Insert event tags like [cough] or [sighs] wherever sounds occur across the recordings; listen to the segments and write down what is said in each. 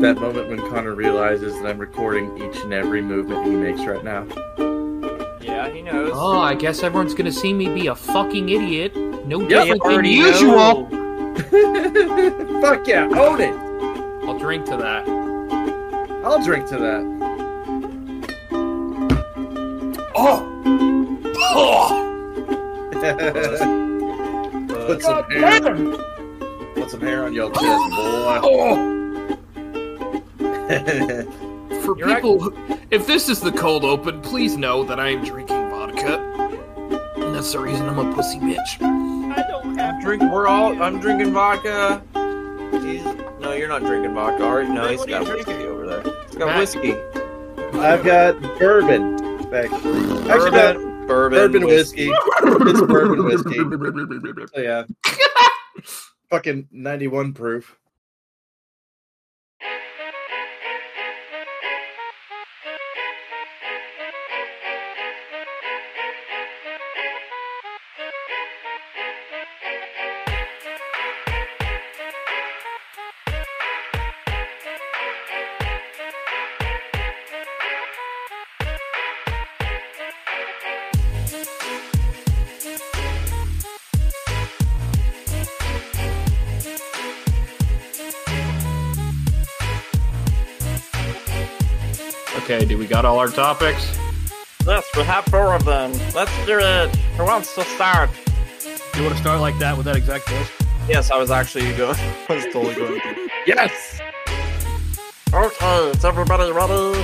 that moment when Connor realizes that I'm recording each and every movement he makes right now. [laughs] Yeah, he knows. Oh, I guess everyone's gonna see me be a fucking idiot. No Yep, different than Already usual. know. Fuck yeah, own it! I'll drink to that. I'll drink to [laughs] that. Oh! Oh. put some hair. Put some hair on your chest, boy. Oh. [laughs] For You're people, who- if this is the cold open, please know that I am drinking vodka. And that's the reason I'm a pussy bitch. I don't have Drink. We're all. I'm drinking vodka. He's, no, you're not drinking vodka. All right, no, he's What are you got whiskey drinking? over there. He's got Matt. whiskey. I've got bourbon. Back. Actually, no, Bourbon, bourbon, bourbon whiskey. whiskey. It's bourbon whiskey. So, [laughs] yeah. Fucking 91 proof. okay, do we got all our topics? Yes, we have four of them. Let's do it. Who wants to start? You want to start like that with that exact voice? Yes, I was actually going. [laughs] I was totally going. to. Yes! Okay, is everybody ready?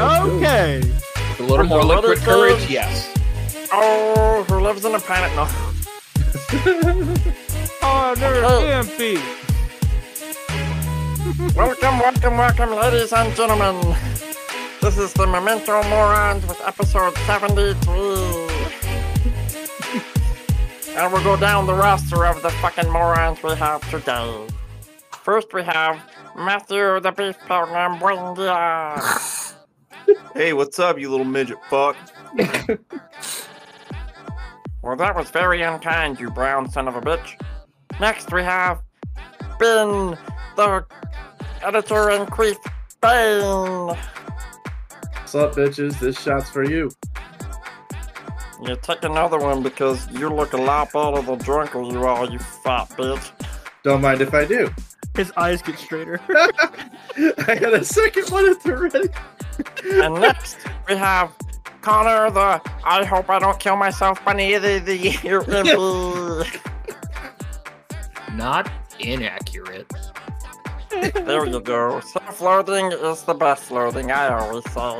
Okay. With a little more Another liquid time. courage, yes. Oh, who lives in a planet? No. Oh, they're Oh. empty. Welcome, welcome, welcome, ladies and gentlemen. This is the Memento Morons with episode 73. and we'll go down the roster of the fucking morons we have today. First, we have Matthew the Beef Pilgrim Buendia. hey, what's up, you little midget fuck? well, that was very unkind, you brown son of a bitch. Next, we have Ben the editor in chief Bane. What's up, bitches? This shot's for you. You take another one because you look a lot better than drunker you are, you fat bitch. Don't mind if I do. His eyes get straiter. [laughs] I got a second one at the ready. And next we have Connor the I hope I don't kill myself bunny the the year [laughs] MP. Not inaccurate. There you go. Self loathing is the best loathing, I always say.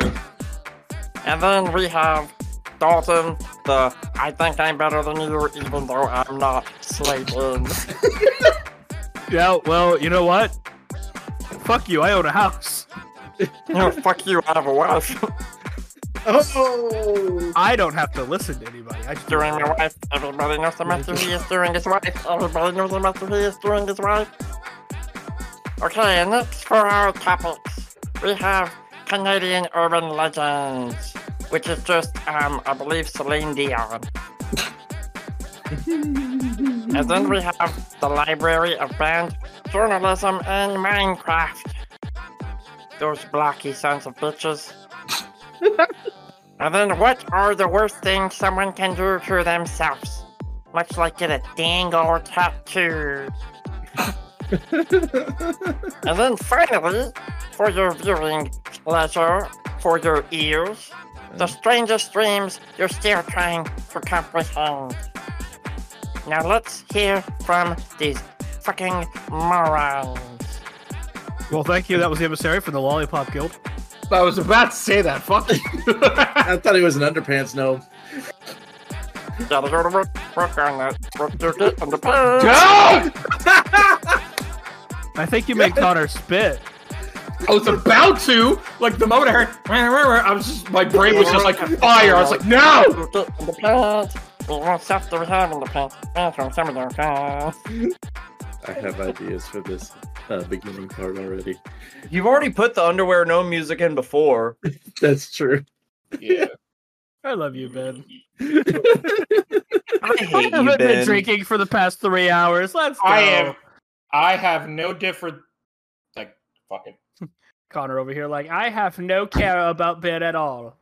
And then we have Dalton the I think I'm better than you even though I'm not Slayton. [laughs] yeah, well, you know what? Fuck you, I own a house. no, fuck you, I have a wife. [laughs] Oh! I don't have to listen to anybody. I just doing my wife. Everybody knows the master he is doing his wife. Everybody knows the master he is doing his wife. Okay, and next for our topics, we have Canadian urban legends, which is just, um, I believe, Celine Dion. and then we have the Library of Band, Journalism, and Minecraft. Those blocky sons of bitches. And then, what are the worst things someone can do to themselves? Much like get a dangle tattoo. and then finally, for your viewing pleasure, for your ears, the strangest dreams you're still trying to comprehend. Now let's hear from these fucking morons. Well, thank you. That was the emissary from the Lollipop Guild. I was about to say that. Fuck you. I thought he was an underpants gnome. Gotta go to work, work on that, work to get on the pants. no! I think you made Connor spit. I was about to. Like the moment I heard, I was just, my brain was just like fire. I was like, no! You get in the pants. You won't stop to have in the pants. That's from some of their pants. I have ideas for this uh, beginning part already. You've already put the underwear no music in [laughs] before. That's true. [laughs] Yeah. I love you, Ben. I I haven't been drinking for the past three hours. Let's go. I am. I have no different. Like, fuck it. Connor over here, like, I have no care about beer at all.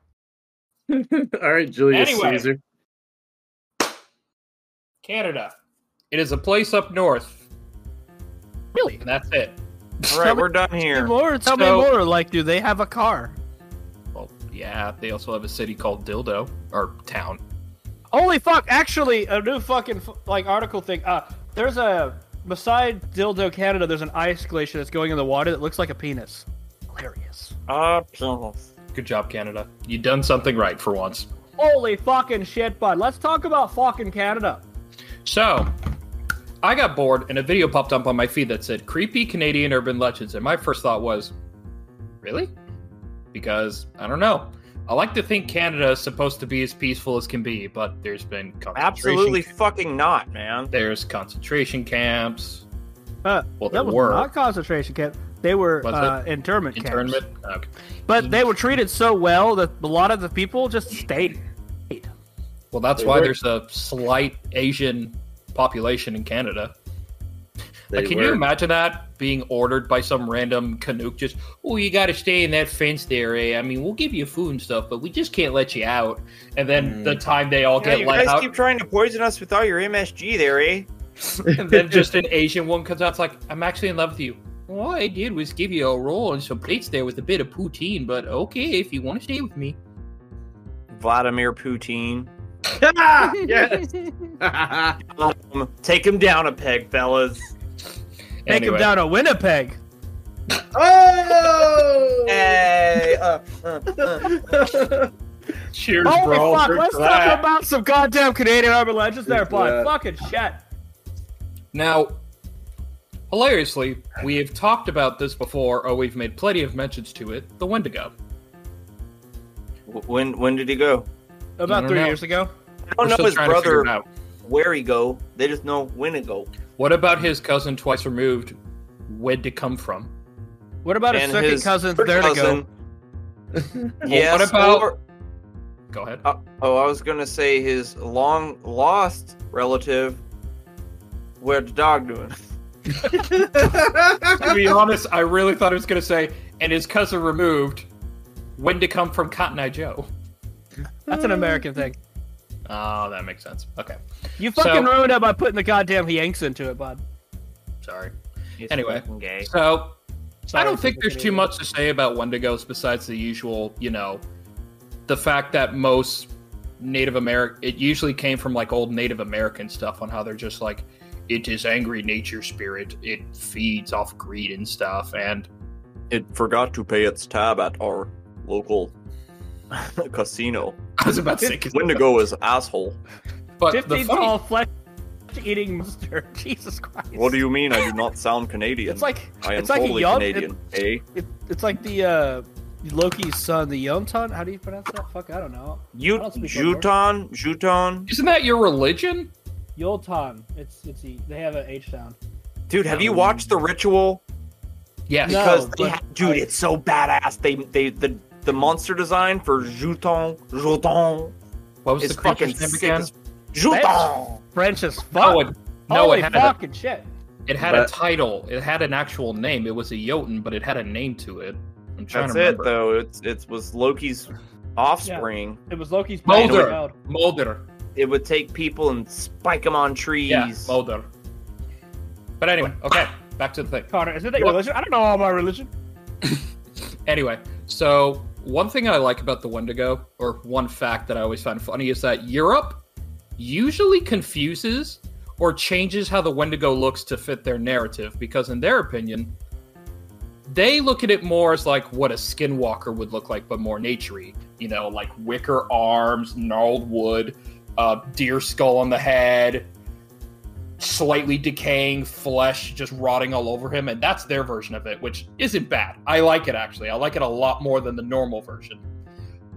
All right, Julius Anyway. Caesar. Canada. It is a place up north. Really? And that's it. All right, we're done Tell here. me more. Tell me So- more. Like, do they have a car? Well, yeah, they also have a city called Dildo, or town. Holy fuck! Actually, a new fucking f- like article thing. Uh, there's a beside Dildo Canada. There's an ice glacier that's going in the water that looks like a penis. Hilarious. Ah, penis. Good job, Canada. you done something right for once. Holy fucking shit, bud. Let's talk about fucking Canada. So, I got bored and a video popped up on my feed that said creepy Canadian urban legends. And my first thought was, really? Because I don't know. I like to think Canada is supposed to be as peaceful as can be, but there's been concentration Absolutely fucking not, man. There's concentration camps. Uh, Well, there that was were not concentration camp. They were Was uh, internment camps. internment. Okay. But they were treated so well that a lot of the people just stayed. Well, that's They why were- there's a slight Asian population in Canada. They like, can were- [laughs] you imagine that being ordered by some random Canuck? Just, oh, you got to stay in that fenced area. I mean, we'll give you food and stuff, but we just can't let you out. And then Mm. the time they all Yeah, get you let guys out, keep trying to poison us with all your MSG there, eh? and [laughs] then just [laughs] an Asian woman comes out, it's like, I'm actually in love with you. All I did was give you a roll and some plates there with a bit of poutine, but okay, if you want to stay with me. Vladimir Putin. Ah, yes. Um, take him down a peg, fellas. Take them down to Winnipeg. oh! Hey, uh, uh, Cheers, Holy bro. fuck! Let's talk about some goddamn Canadian urban legends there, Drink bud. that. Fucking shit. Now, hilariously, we have talked about this before, or we've made plenty of mentions to it the Wendigo. Oh, when when did he go? About don't three know. years ago. I don't We're know still his trying to figure it brother out. where he go. They just know when to go. What about his cousin twice removed? Where'd it come from? What about his And second his cousin? third There to go. cousin- [laughs] yes. what about- or- Go ahead. uh, oh, I was gonna say his long lost relative. Where the dog doing? to be honest, I really thought it was going to say, and his cousin removed. When to come from Cotton Eye Joe? That's an American thing. Oh, that makes sense. Okay, You So- fucking ruined it by putting the goddamn Yanks into it, bud. sorry. [laughs] He's Anyway. fucking gay. So I Sorry don't for think the there's too Canadian. much to say about Wendigos besides the usual, you know, the fact that most Native American, it usually came from like old Native American stuff on how they're just like, it is angry nature spirit. It feeds off greed and stuff. And [laughs] It forgot to pay its tab at our local [laughs] casino. I was about to say, 'cause- Wendigo is asshole. but the Fifteen funny, tall flesh eating monster. [laughs] Jesus Christ. you mean? I do not sound Canadian. It's like it's like a yom, it, eh? it, It's like the uh, Loki's son, the Yomton. How do you pronounce that? Fuck, I don't know. You I don't speak Juton, Juton. isn't that your religion? Yolton. It's it's the, they have an H sound. Dude, have you watched the ritual? Yes. No. Because they but ha- dude, I- it's so badass. They they the the monster design for Juton, Juton What was is the creature's fucking name sick. again? as- Juton. French as fuck. No, it, no, Holy it had, a, fucking shit. it had a But- title. It had an actual name. It was a Jotun, but it had a name to it. I'm trying That's to it remember. though. It's it was Loki's offspring. It was Loki's Mulder. brain child. Mulder. It would take people and spike them on trees. Yeah, Mulder. But anyway, okay, back to the thing. Connor, is it that your religion? I don't know all my religion. Anyway, so one thing I like about the Wendigo, or one fact that I always find funny, is that Europe usually confuses or changes how the Wendigo looks to fit their narrative, because in their opinion, they look at it more as like what a skinwalker would look like, but more naturey. You know, like wicker arms, gnarled wood, uh, deer skull on the head, slightly decaying flesh just rotting all over him, and that's their version of it, which isn't bad. I like it actually. I like it a lot more than the normal version.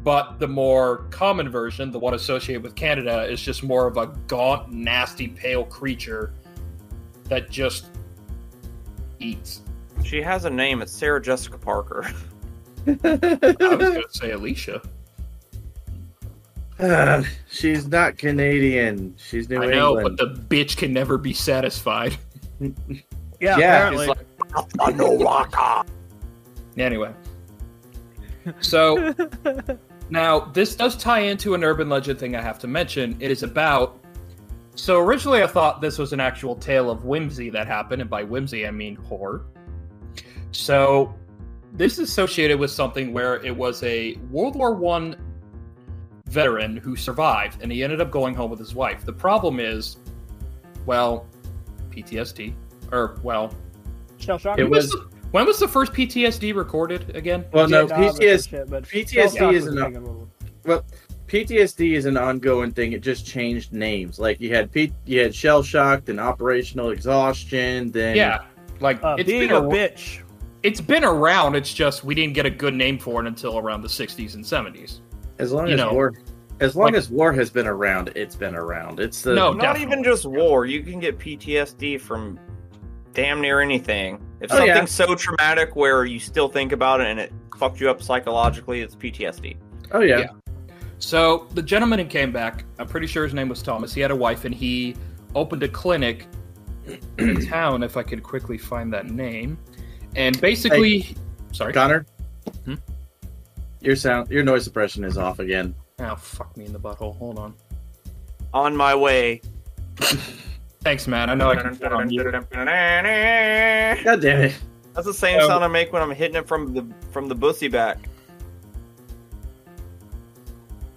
But the more common version, the one associated with Canada, is just more of a gaunt, nasty, pale creature that just eats. She has a name. It's Sarah Jessica [laughs] Parker. I [laughs] was gonna say Alicia. Ah, She's not Canadian. She's New I England. know, but the bitch can never be satisfied. Yeah, Yeah, apparently. He's like, "I know Waka." [laughs] Anyway. So now this does tie into an urban legend thing I have to mention. It is about so originally I thought this was an actual tale of whimsy that happened, and by whimsy I mean horror. So this is associated with something where it was a World War One veteran who survived and he ended up going home with his wife. The problem is, well, PTSD. Or well, Shell shock. It when was was- the- when was the first PTSD recorded again? Well, no, Vietnam or some PTSD. shit, but PTSD shell shock is was enough. a big one. PTSD is an ongoing thing. It just changed names. Like you had P- you had shell shock, then operational exhaustion, then Yeah, like Uh, it's being been a a, bitch. it's been around. It's just we didn't get a good name for it until around the '60s and '70s. as long you as know. war as long Like- as war has been around, it's been around. It's the No, Not Oh, definitely. even just war. You can get PTSD from damn near anything. If Oh, something's yeah. so traumatic where you still think about it and it fucked you up psychologically, it's PTSD. Oh yeah. Yeah. So the gentleman who came back, I'm pretty sure his name was Thomas. He had a wife, and he opened a clinic in a town. If I could quickly find that name, and basically, sorry, Connor, Hmm? your sound, your noise suppression is off again. oh fuck me in the butthole. Hold on. On my way. Thanks, man. I know I can. put on mute. That's God damn it! the same So- sound I make when I'm hitting it from the from the bussy back.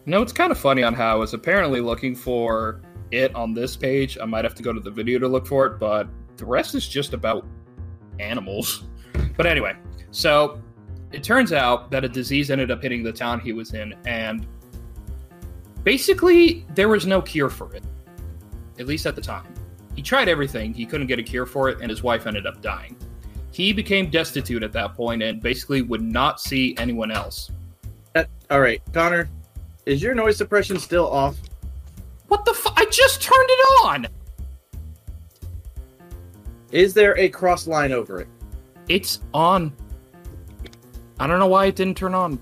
You know, it's kind of funny on how I was apparently looking for it on this page. I might have to go to the video to look for it, but the rest is just about animals. [laughs] But anyway, so it turns out that a disease ended up hitting the town he was in, and basically there was no cure for it, at least at the time. He tried everything, he couldn't get a cure for it, and his wife ended up dying. He became destitute at that point and basically would not see anyone else. That- all right, Connor, is your noise suppression still off? What the fu- I just turned it on! Is there a cross line over it? It's on. I don't know why it didn't turn on.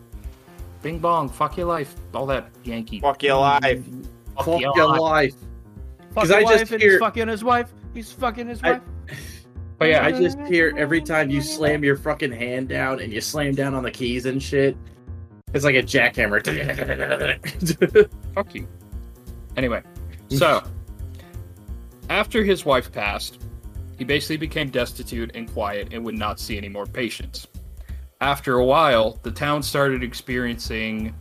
Bing bong, fuck your life, all that Yankee. Fuck your life. fuck Fuck your your life. life. Fuck 'Cause his I just wife and hear- he's fucking his wife. He's fucking his I- wife. But yeah, Oh, I just hear every time you slam your fucking hand down and you slam down on the keys and shit. It's like a jackhammer. [laughs] I- fuck you. Anyway, so after his wife passed, he basically became destitute and quiet and would not see any more patients. After a while, the town started experiencing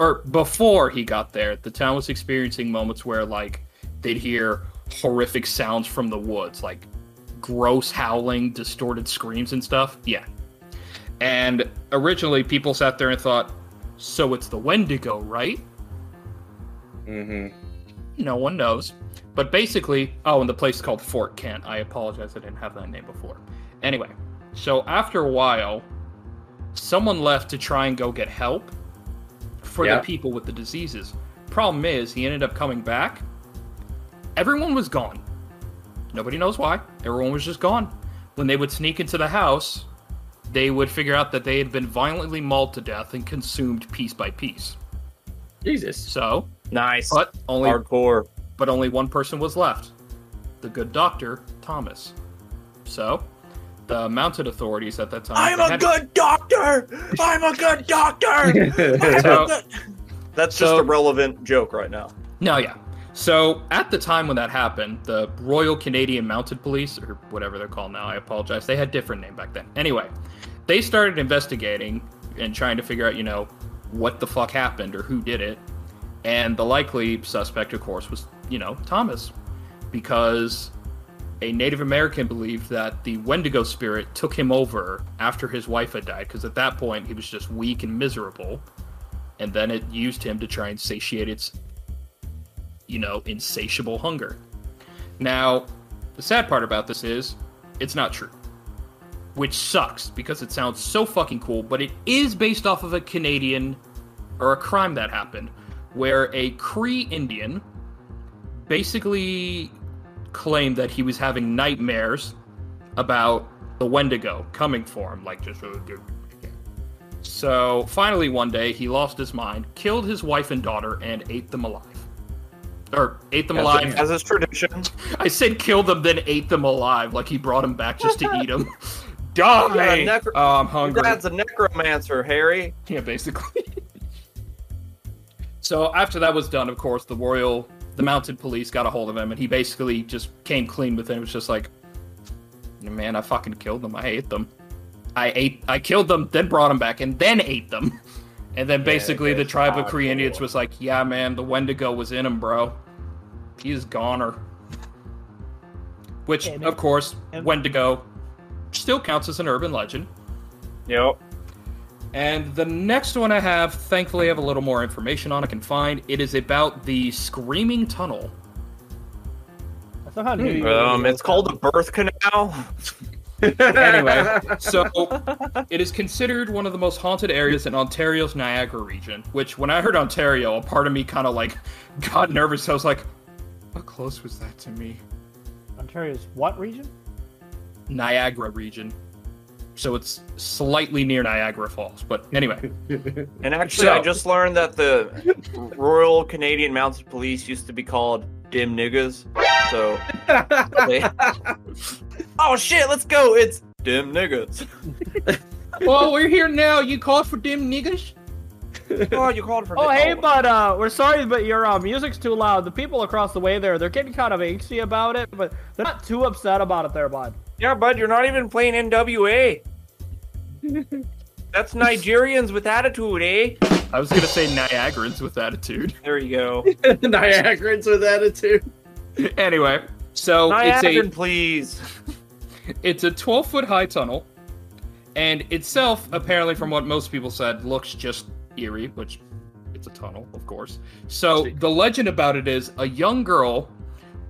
or before he got there, the town was experiencing moments where like they'd hear horrific sounds from the woods, like gross howling, distorted screams and stuff. Yeah. And originally people sat there and thought, so it's the Wendigo, right? hmm No one knows. But basically, oh, and the place is called Fort Kent. I apologize, I didn't have that name before. Anyway, so after a while, someone left to try and go get help for Yeah. the people with the diseases. Problem is, he ended up coming back. Everyone was gone. Nobody knows why. Everyone was just gone. When they would sneak into the house, they would figure out that they had been violently mauled to death and consumed piece by piece. Jesus. [laughs] So, Nice. but only Hardcore. but only one person was left the good doctor, Thomas. So, the mounted authorities at that time. they had- good doctor! I'm a good doctor! So- That's just So- a relevant joke right now. No, yeah. So, at the time when that happened, the Royal Canadian Mounted Police, or whatever they're called now, I apologize, they had different name back then. Anyway, they started investigating and trying to figure out, you know, what the fuck happened or who did it. And the likely suspect, of course, was, you know, Thomas. Because a Native American believed that the Wendigo spirit took him over after his wife had died, because at that point he was just weak and miserable. And then it used him to try and satiate its, you know, insatiable hunger. Now, the sad part about this is it's not true, which sucks because it sounds so fucking cool, but it is based off of a Canadian or a crime that happened where a Cree Indian basically claimed that he was having nightmares about the Wendigo coming for him, like just. So finally, one day, he lost his mind, killed his wife and daughter, and ate them alive. or ate them Yeah, alive. As is tradition. I said kill them, then ate them alive, like he brought them back just to eat them. You're Die! a necro- oh, I'm Your hungry. dad's a necromancer, Harry. Yeah, basically. [laughs] so after that was done, of course, the royal, the mounted police got a hold of him, and he basically just came clean with him. It was just like, man, I fucking killed them. I ate them. I ate. I killed them, then brought them back, and then ate them. [laughs] And then basically the that's tribe of Cree hardcore. Indians was like, yeah, man, the Wendigo was in him, bro. He's goner. Which, Damn it. of course, And- Wendigo still counts as an urban legend. Yep. And the next one I have, thankfully, I have a little more information on. I can find it is about the Screaming Tunnel. I somehow knew you. Um, it's called the birth canal. Anyway, so it is considered one of the most haunted areas in Ontario's Niagara region. Which, when I heard Ontario, a part of me kind of like got nervous. I was like, "How close was that to me?" Ontario's what region? Niagara region. So it's slightly near Niagara Falls. But anyway, And actually, So- I just learned that the Royal Canadian Mounted Police used to be called dim niggas. So. they- [laughs] oh shit! Let's go. It's dim niggas. well, we're here now. You called for dim niggas. [laughs] Oh, you called for. Oh, hey, but uh, we're sorry, but your uh, music's too loud. The people across the way there, they're getting kind of angsty about it, but they're not too upset about it there, bud. Yeah, bud, you're not even playing [laughs] NWA. That's Nigerians with attitude, eh? I was gonna say Niagarans with attitude. [laughs] There you go. Niagarans with attitude. anyway, so it's a Niagaran, please. It's a 12 foot high tunnel, and itself, apparently, from what most people said, looks just eerie, which it's a tunnel, of course. So the legend about it is a young girl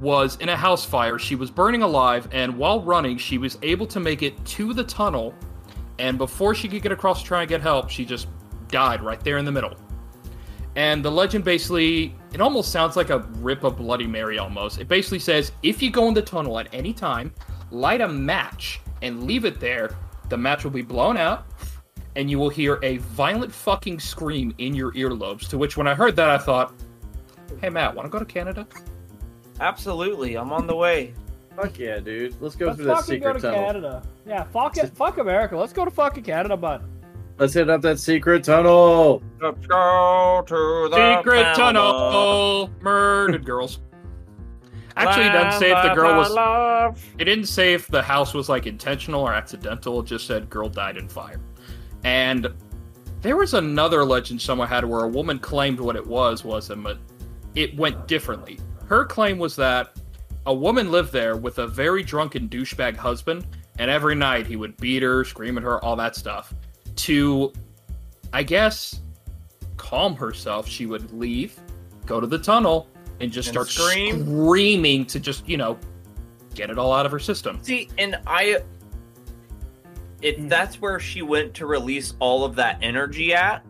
was in a house fire. She was burning alive, and while running, she was able to make it to the tunnel. And before she could get across to try and get help, she just died right there in the middle. And the legend basically, it almost sounds like a rip of Bloody Mary almost. It basically says if you go in the tunnel at any time, light a match and leave it there, the match will be blown out, and you will hear a violent fucking scream in your earlobes. To which, when I heard that, I thought, hey, Matt, want to go to Canada? Absolutely, I'm on the way. Fuck yeah, dude. Let's go Let's through that fucking go to secret tunnel. Canada. Yeah, fuck it, fuck America. Let's go to fucking Canada, bud. Let's hit up that secret tunnel. Let's go to the Secret Panama. tunnel! Murdered girls. Actually, it doesn't say if the girl was. It didn't say if the house was like intentional or accidental. It just said girl died in fire. And there was another legend someone had where a woman claimed what it was wasn't, but it went differently. Her claim was that a woman lived there with a very drunken douchebag husband, and every night he would beat her, scream at her, all that stuff. To, I guess, calm herself, she would leave, go to the tunnel, and just And start scream? screaming to just, you know, get it all out of her system. See, and I. Hmm. If that's where she went to release all of that energy at,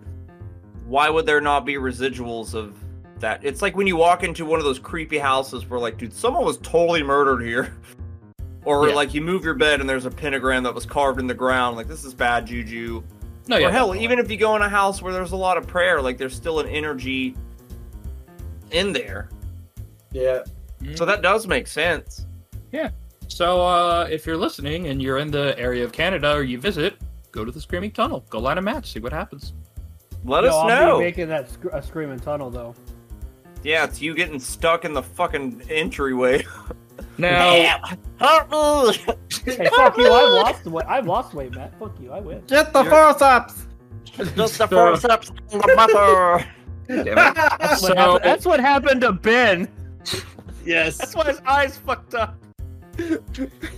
why would there not be residuals of that? It's like when you walk into one of those creepy houses where, like, dude, someone was totally murdered here. [laughs] Or, Yeah. like, you move your bed and there's a pentagram that was carved in the ground. Like, this is bad juju. No, or, hell, Oh, definitely. even if you go in a house where there's a lot of prayer, like, there's still an energy in there. Yeah. So Hmm. that does make sense. So, uh, if you're listening and you're in the area of Canada or you visit, go to the Screaming Tunnel. Go light a match, see what happens. Let Yo, us I'm know. making that sc- a screaming tunnel [laughs] though. Yeah, it's you getting stuck in the fucking entryway. [laughs] Now, Hey, fuck you! I've lost weight. I've lost weight, Matt. Fuck you! I win. Get the forceps. Just the forceps and the mother. That's what, So- happened, that's what happened to Ben. Yes. [laughs] That's why his eyes fucked up.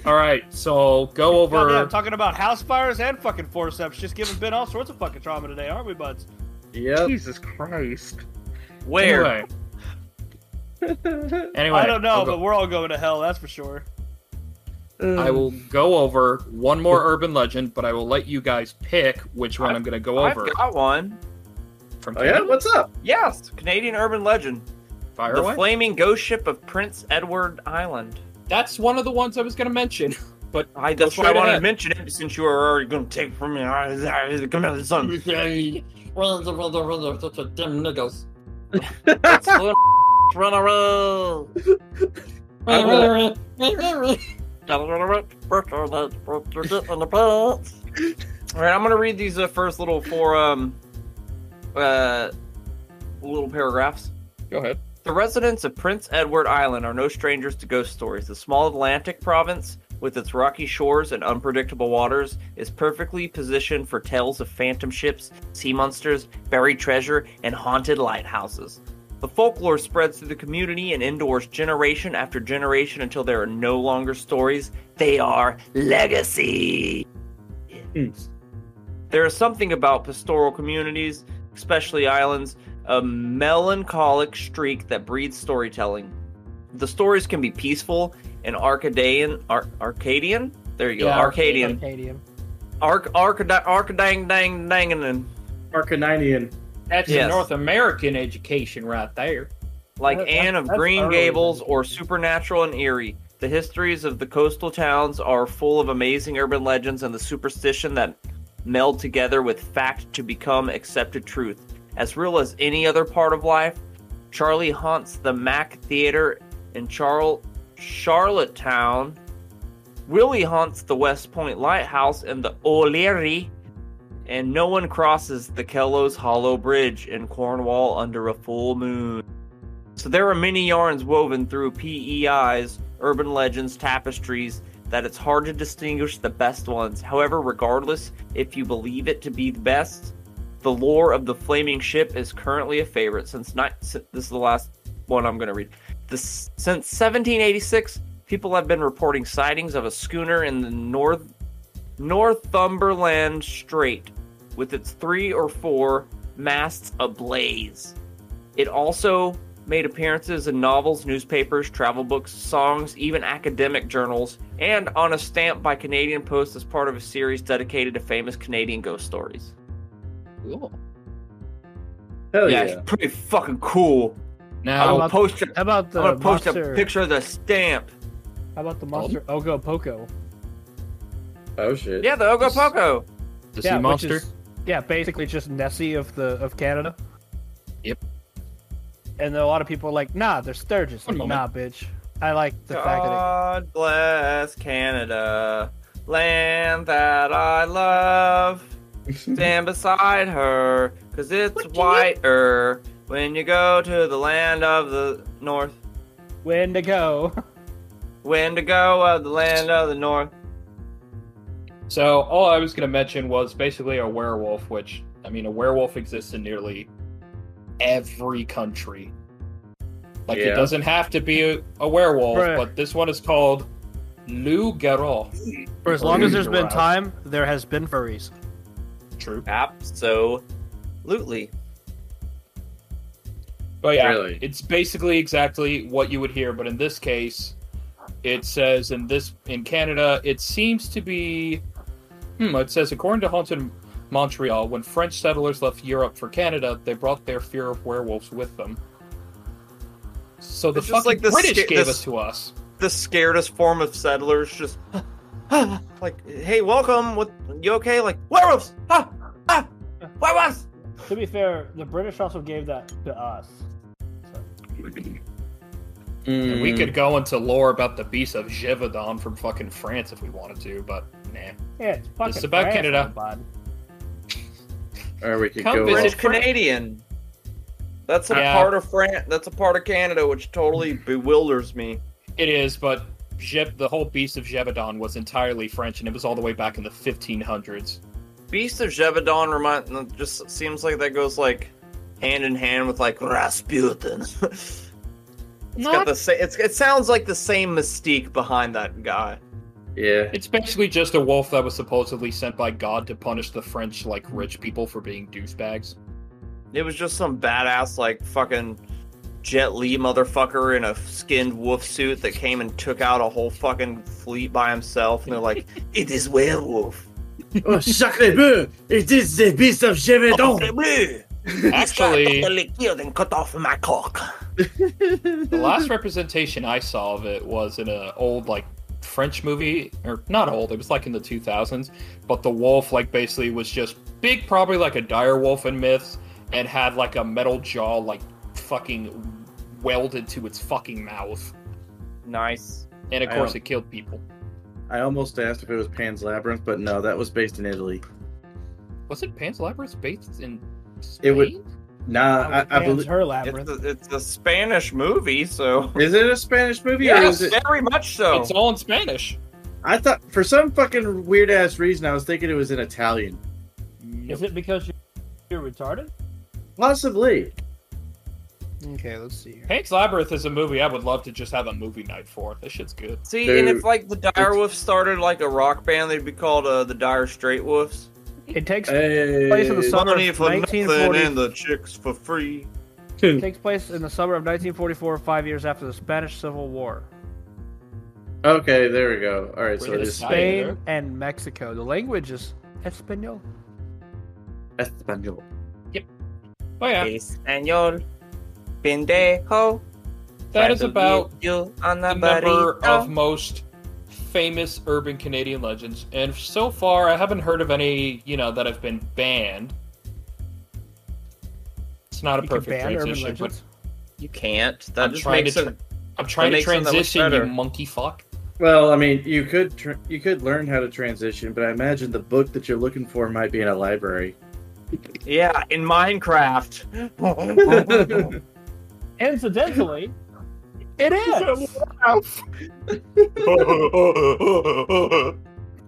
all right, so [laughs] go Goddamn, over. talking about house fires and fucking forceps, just giving Ben all sorts of fucking trauma today, aren't we, buds? [laughs] Yep. Jesus Christ. Where? [laughs] Anyway. Anyway, I don't know, I'll but go- we're all going to hell, that's for sure. I will go over one more urban legend, but I will let you guys pick which one i am going to go over. I've got one. From Oh yeah. Canada? What's up? Yes, Canadian urban legend. Fire the away. flaming ghost ship of Prince Edward Island. That's one of the ones I was going to mention. I, Go that's why I straight wanted to ahead. mention it since you were already going to take from me. I- I- I- Come out of the sun. [laughs] Dim niggles. [laughs] It's little Wait, All right, I'm gonna read these uh, first little four um uh little paragraphs. Go ahead. The residents of Prince Edward Island are no strangers to ghost stories. The small Atlantic province, with its rocky shores and unpredictable waters, is perfectly positioned for tales of phantom ships, sea monsters, buried treasure, and haunted lighthouses. The folklore spreads through the community and endures generation after generation until there are no longer stories, they are legacy. There is something about pastoral communities, especially islands, a melancholic streak that breeds storytelling. The stories can be peaceful and Arcadian. Ar- Arcadian? There you go. Arcadian. Arcadian. Arc, arc, arc, dang, dang, dang, Arcaninian. That's Yes. North American education right there. like That- Anne of that's Green early. Gables or Supernatural and Erie. The histories of the coastal towns are full of amazing urban legends and the superstition that meld together with fact to become accepted truth. As real as any other part of life, Charlie haunts the Mac Theater in Charl- Charlottetown. Willie haunts the West Point Lighthouse and the O'Leary. And no one crosses the Kello's Hollow Bridge in Cornwall under a full moon. So there are many yarns woven through PEIs, urban legends, tapestries that it's hard to distinguish the best ones. However, regardless if you believe it to be the best, the lore of the flaming ship is currently a favorite since ni- si- this is the last one I'm going to read. This, since 1786, people have been reporting sightings of a schooner in the north Northumberland Strait with its three or four masts ablaze. It also made appearances in novels, newspapers, travel books, songs, even academic journals, and on a stamp by Canadian Post as part of a series dedicated to famous Canadian ghost stories. Cool. Hell Oh, yeah. it's pretty fucking cool. I Now, will about- post. A, I'm How about the gonna post monster? a picture of the stamp. How about the monster Ogo Poco? Oh shit. Yeah, the Ogopogo. the yeah, sea which monster. is- yeah, basically just Nessie of the of Canada. Yep. And a lot of people are like, nah, they're Sturgis. One Like, nah, moment. bitch. I like the Uh, fact that it, God bless Canada, land that I [laughs] love. Stand beside her, cause it's whiter when you go to the land of the north. when to go. Wendigo of the land of the north. So all I was going to mention was basically a werewolf, which I mean, a werewolf exists in nearly every country. Like Yeah. it doesn't have to be a, a werewolf, Right. but this one is called Lou Garol. For as long as there's been time, there has been furries. True, Absolutely. but yeah, Really? it's basically exactly what you would hear. But in this case, it says in this in Canada, it seems to be. Hmm, it says according to Haunted Montreal, when French settlers left Europe for Canada, they brought their fear of werewolves with them. So the It's fucking just like the British sca- gave the- it to us. The scaredest form of settlers just [gasps] like, hey, welcome. What you okay? Like werewolves! Ah! Ah! Werewolves! To be fair, the British also gave that to us. Mm. And we could go into lore about the beast of Gévaudan from fucking France if we wanted to, but nah. Yeah, it's fucking This is about France, Canada. my bud. Or we could Come go. visit- British off- Canadian. That's a Yeah. part of France. That's a part of Canada, which totally bewilders me. It is, but Je- the whole beast of Gévaudan was entirely French, and it was all the way back in the 1500s. Beast of Jevadon remind just seems like that goes like hand in hand with like Rasputin. [laughs] it's got the sa- it's, it sounds like the same mystique behind that guy. Yeah. It's basically just a wolf that was supposedly sent by God to punish the French, like rich people, for being douchebags. It was just some badass, like fucking Jet Li motherfucker in a skinned wolf suit that came and took out a whole fucking fleet by himself. And they're like, "It is werewolf." oh, sacre bleu! It is the beast of Gévaudan! Actually, killed and cut off my cock. the last representation I saw of it was in an old, like, French movie, or not old, it was like in the 2000s. But the wolf, like, basically was just big, probably like a dire wolf in myths, and had like a metal jaw, like, fucking welded to its fucking mouth. Nice. And of I course, don't- it killed people. I almost asked if it was Pan's Labyrinth, but no, that was based in Italy. Was it Pan's Labyrinth based in It would- Spain? Oh, Nah, I, I Man's believe. her It's labyrinth. a, it's a Spanish [laughs] movie, so Is it a Spanish movie or yes, is it? very much so. It's all in Spanish. I thought for some fucking weird ass reason I was thinking it was in Italian. Is it because you're, you're retarded? Possibly. Okay, let's see here. Pan's Labyrinth is a movie I would love to just have a movie night for. This shit's good. See, Dude, and if like the Dire Wolves started like a rock band, they'd be called uh, the Dire Straight Wolves. It takes Hey. place in the summer of Money for nothing 1940. and the chicks for free. It takes place in the summer of 1944, five years after the Spanish Civil War. Okay, there we go. All right, so We're it gonna is stop Spain. Spain there. and Mexico. The language is Espanol. Espanol. Oh yeah, Espanol. Pendejo. that is about You on the the number Oh. of most famous urban Canadian legends. And so far, I haven't heard of any, you know, that have been banned. It's not a You can perfect ban urban transition, but legends. You can't. That I'm just trying, to makes tr- it. I'm trying to makes something that looks transition, you better. monkey fuck. Well, I mean, you could tr- you could learn how to transition, but I imagine the book that you're looking for might be in a library. Yeah, in Minecraft. [laughs] Oh, Incidentally, [laughs] it is.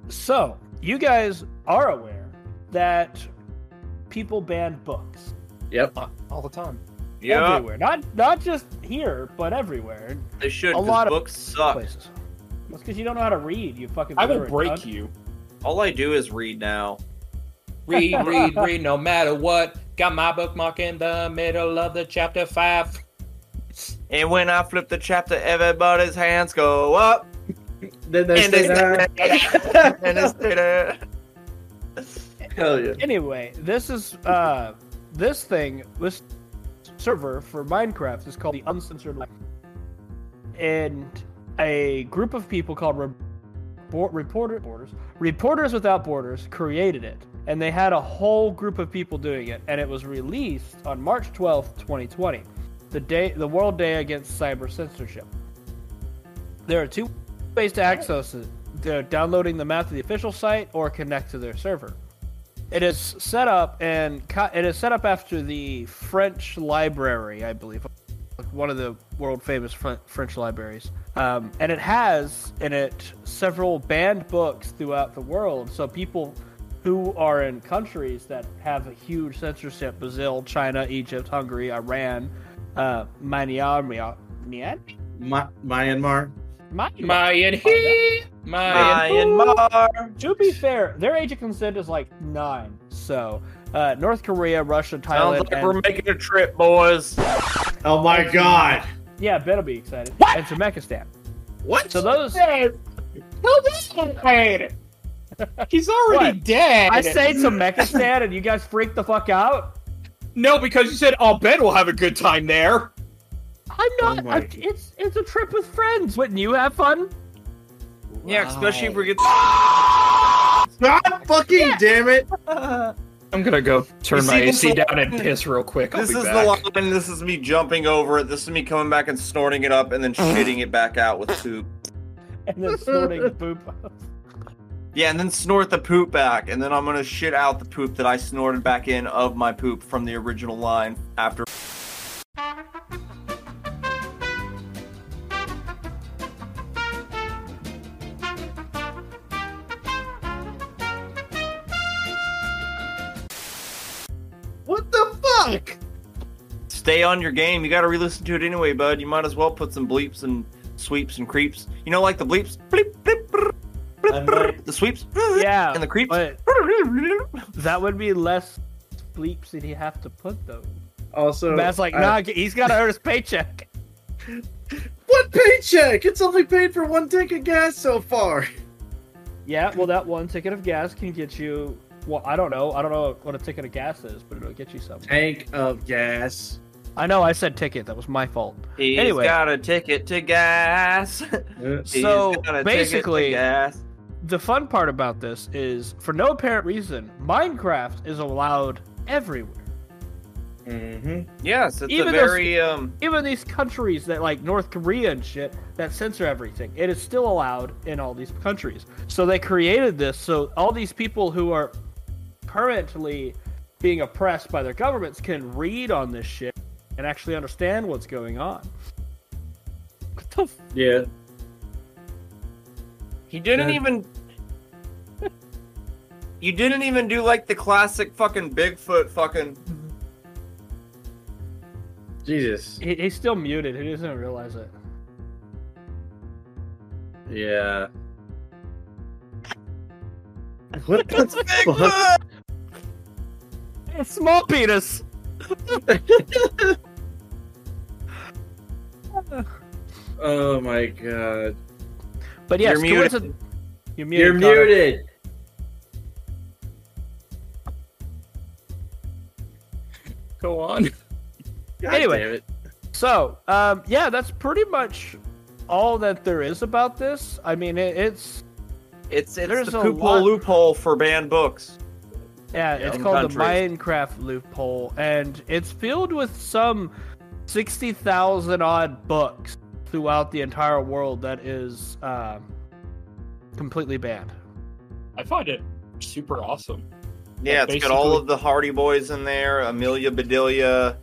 so you guys are aware that people ban books yep. uh, all the time. yeah, everywhere. Not not just here, but everywhere in they should. A 'cause lot of books suck. places. That's because you don't know how to read. You fucking. I will literate break cunt. [laughs] you. All I do is read now. Read, read, read, no matter what. Got my bookmark in the middle of the chapter five. And when I flip the chapter, everybody's hands go up. [laughs] Then they and say that. [laughs] and it's there. Hell yeah. Anyway, this is uh, this thing, this server for Minecraft is called the Uncensored Life, and a group of people called Re- Bo- Reporter Borders, Reporters Without Borders, created it, and they had a whole group of people doing it, and it was released on March twelfth, twenty twenty, the day, the World Day Against Cyber Censorship. There are two ways to access it: They're downloading the map to the official site or connect to their server. It is set up and co- it is set up after the French Library, I believe, like one of the world famous Fr- French libraries. Um, and it has in it several banned books throughout the world. So people who are in countries that have a huge censorship: Brazil, China, Egypt, Hungary, Iran, uh, Myanmar, Mya- Myan- My- Myanmar. Myanmar. My and he, my. Myanmar. To be fair, their age of consent is like nine. So uh, North Korea, Russia, Thailand, Sounds like and- we're making a trip, boys. Oh my god. Yeah, Ben will be excited. And Turkmenistan. What? So those. He's already dead. I say Turkmenistan, and you guys freak the fuck out. No, because you said, "Oh, Ben will have a good time there." I'm Oh not. my- I, it's it's a trip with friends. Wouldn't you have fun? Yeah, especially if we get. God fucking damn it. I'm gonna go turn You my see this AC little- down and piss real quick. I'll This be is back. the line. This is me jumping over it. This is me coming back and snorting it up and then shitting it back out with poop. And then [laughs] snorting poop. Yeah, and then snort the poop back, and then I'm gonna shit out the poop that I snorted back in of my poop from the original line after. What the fuck? Stay on your game. You gotta re-listen to it anyway, bud. You might as well put some bleeps and sweeps and creeps. You know, like the bleeps, bleep, bleep, brr, I bleep, brr, might- the sweeps, Yeah. and the creeps. But that would be less bleeps that he have to put though. Also, That's like, I- nah, he's got to earn his paycheck. What paycheck? It's only paid for one tank of gas so far. Yeah, well, that one ticket of gas can get you. Well, I don't know. I don't know what a ticket of gas is, but it'll get you some. Tank of gas. I know I said ticket. That was my fault. He's Anyway. got a ticket to [laughs] gas. Uh, He's So, got a ticket to basically- gas. The fun part about this is, for no apparent reason, Minecraft is allowed everywhere. Mm-hmm. Yes, it's Even a though- very um. Even these countries that like North Korea and shit that censor everything, it is still allowed in all these countries. So they created this so all these people who are currently being oppressed by their governments can read on this shit and actually understand what's going on. What the f- Yeah. He didn't Yeah. even. [laughs] you didn't even do like the classic fucking Bigfoot fucking. Jesus. he, he's still muted. He doesn't realize it. Yeah. What the fuck? Bigfoot! Small penis. [laughs] Oh my god. But yes, You're muted. coinci- You're muted. You're Connor. muted. Go on. God Anyway. damn it. So, um, yeah, that's pretty much all that there is about this. I mean, it, it's It's it's There's the a poophole lot- loophole for banned books. yeah, it's Some called the countries. Minecraft loophole, and it's filled with some sixty thousand odd books throughout the entire world that is um, completely banned. I find it super awesome. Yeah, Like, it's got all basically- of the Hardy Boys in there, Amelia Bedelia.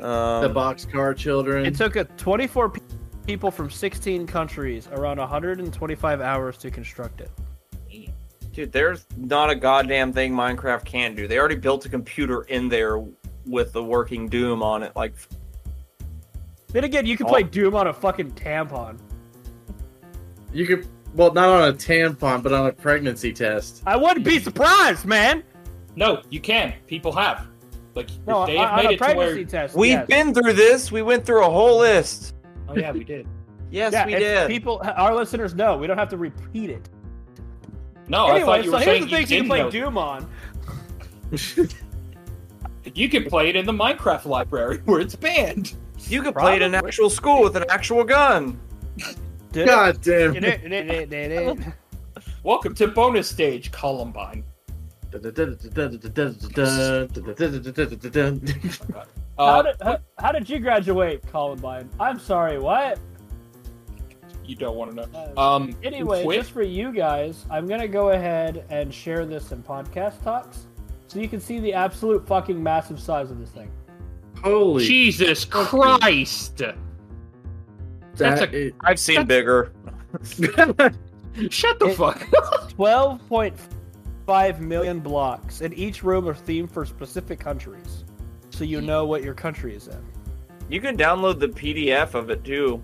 Um, The boxcar children. It took a twenty-four pe- people from sixteen countries around one hundred and twenty-five hours to construct it. Dude, there's not a goddamn thing Minecraft can do. They already built a computer in there with the working Doom on it. Like, Then again, you can Oh. play Doom on a fucking tampon. you could well not on a tampon, but on a pregnancy test. I wouldn't be surprised, man. No, you can. People have. Like No, they on- have on made a it to pregnancy where. test. we've yes. been through this. We went through a whole list. Oh yeah, we did. Yes, yeah, we it's- did. People, our listeners know. We don't have to repeat it. No, I anyway, thought you so were here's saying the things you didn't Oh, you can play know. Doom on. You can play it in the Minecraft library [laughs] where it's banned. you could play it in an actual school with an actual gun. God damn it. Welcome to bonus stage, Columbine. [laughs] How Uh, did, [laughs] how, how did you graduate, Columbine? I'm sorry, what? you don't want to Uh, know. Um, Anyway, quit. just for Uh, you guys, I'm gonna go ahead and share this in podcast talks, so you can see the absolute fucking massive size of this thing. Holy Jesus Christ! that's that- it- I've seen bigger. Shut the It- fuck. up. 12.5 million blocks, and each room are themed for specific countries, so you know what your country is in. You can download the PDF of it too.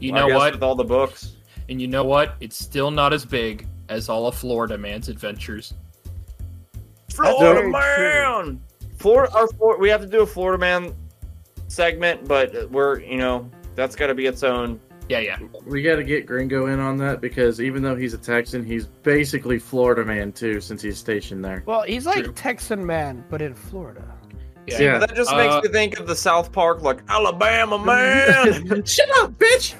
you I know guess what? With all the books. And you know what? It's still not as big as all of Florida Man's adventures. Florida very man. Florida, our Flor we have to do a Florida man segment, but we're you know that's got to be its own. Yeah, yeah. [laughs] we got to get Gringo in on that because even though he's a Texan, he's basically Florida man too, since he's stationed there. Well, he's like True. Texan man, but in Florida. Yeah. Yeah. That just makes Uh, me think of the South Park, like Alabama man. Shut up, bitch!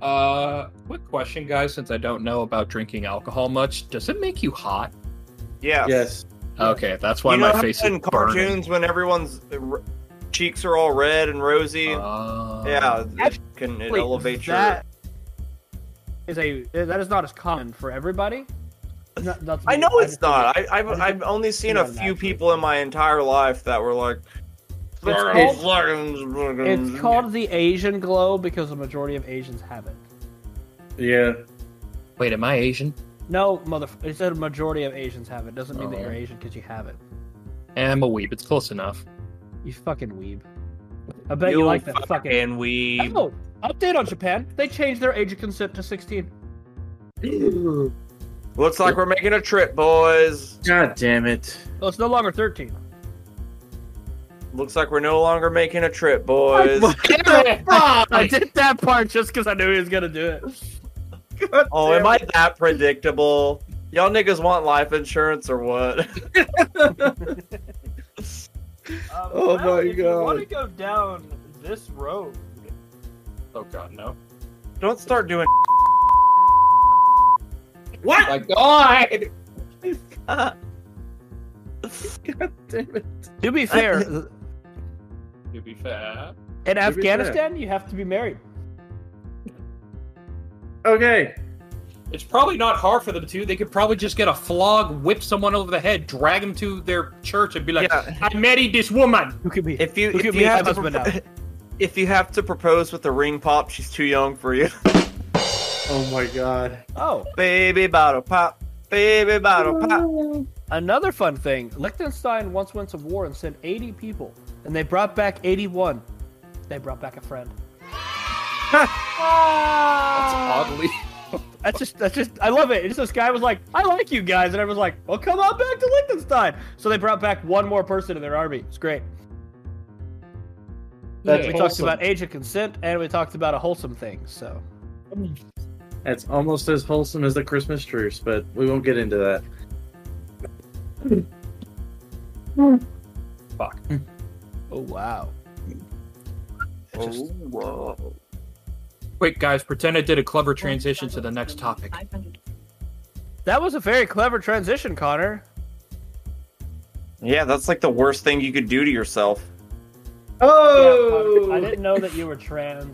Uh, quick question, guys. Since I don't know about drinking alcohol much, does it make you hot? yeah. Yes. Okay, that's why you know my how face in is burning. cartoons when everyone's uh, r- cheeks are all red and rosy. Uh, yeah, it can it elevates that is a that is not as common for everybody. No, that's your. I know me. it's not. I, I've I just- I've only seen Yeah, a few naturally. people in my entire life that were like. It's It's It's called the Asian glow because the majority of Asians have it. Yeah. Wait, am I Asian? No, mother. It said a majority of Asians have it. Doesn't mean that Oh. you're Asian because you have it. I'm a weeb. It's close enough. You fucking weeb. I bet you, like that fucking. And we. Oh, update on Japan. They changed their age of consent to 16. Looks like we're making a trip, boys. God damn it. Well, Oh, it's no longer 13. Looks like we're no longer making a trip, boys. Oh, [laughs] I did that part just because I knew he was gonna do it. Oh, am I that predictable? Y'all niggas want life insurance or what? Um, Oh well, my if you God. want to go down this road? [laughs] Oh god, no. [laughs] Don't start doing. My god! God damn it. To be [laughs] fair, To be fair. in To be fair. Afghanistan, you have to be married. Okay. It's probably not hard for them to. They could probably just get a flog, whip someone over the head, drag them to their church, and be like, Yeah. "I married this [gasps] woman." Who could [laughs] be? If you Who if could you be have to husband now? propo- [laughs] if you have to propose with a ring pop, she's too young for you. [laughs] Oh my god. Oh, baby bottle pop, baby bottle pop. another fun thing. Liechtenstein once went to war and sent 80 people, and they brought back 81. They brought back a friend. Oddly, That's just, that's just, I love it. It's just this guy was like, I like you guys. And everyone's like, well, come on back to Liechtenstein. So they brought back one more person in their army. It's great. That's we talked wholesome. about age of consent, and we talked about a wholesome thing. So That's almost as wholesome as the Christmas truce, but we won't get into that. Oh wow. Oh, whoa. quick guys, pretend I did a clever transition to the next [laughs] topic. That was a very clever transition, Connor. Yeah, that's like the worst thing you could do to [laughs] yourself. Oh! I didn't know that you were [laughs] trans.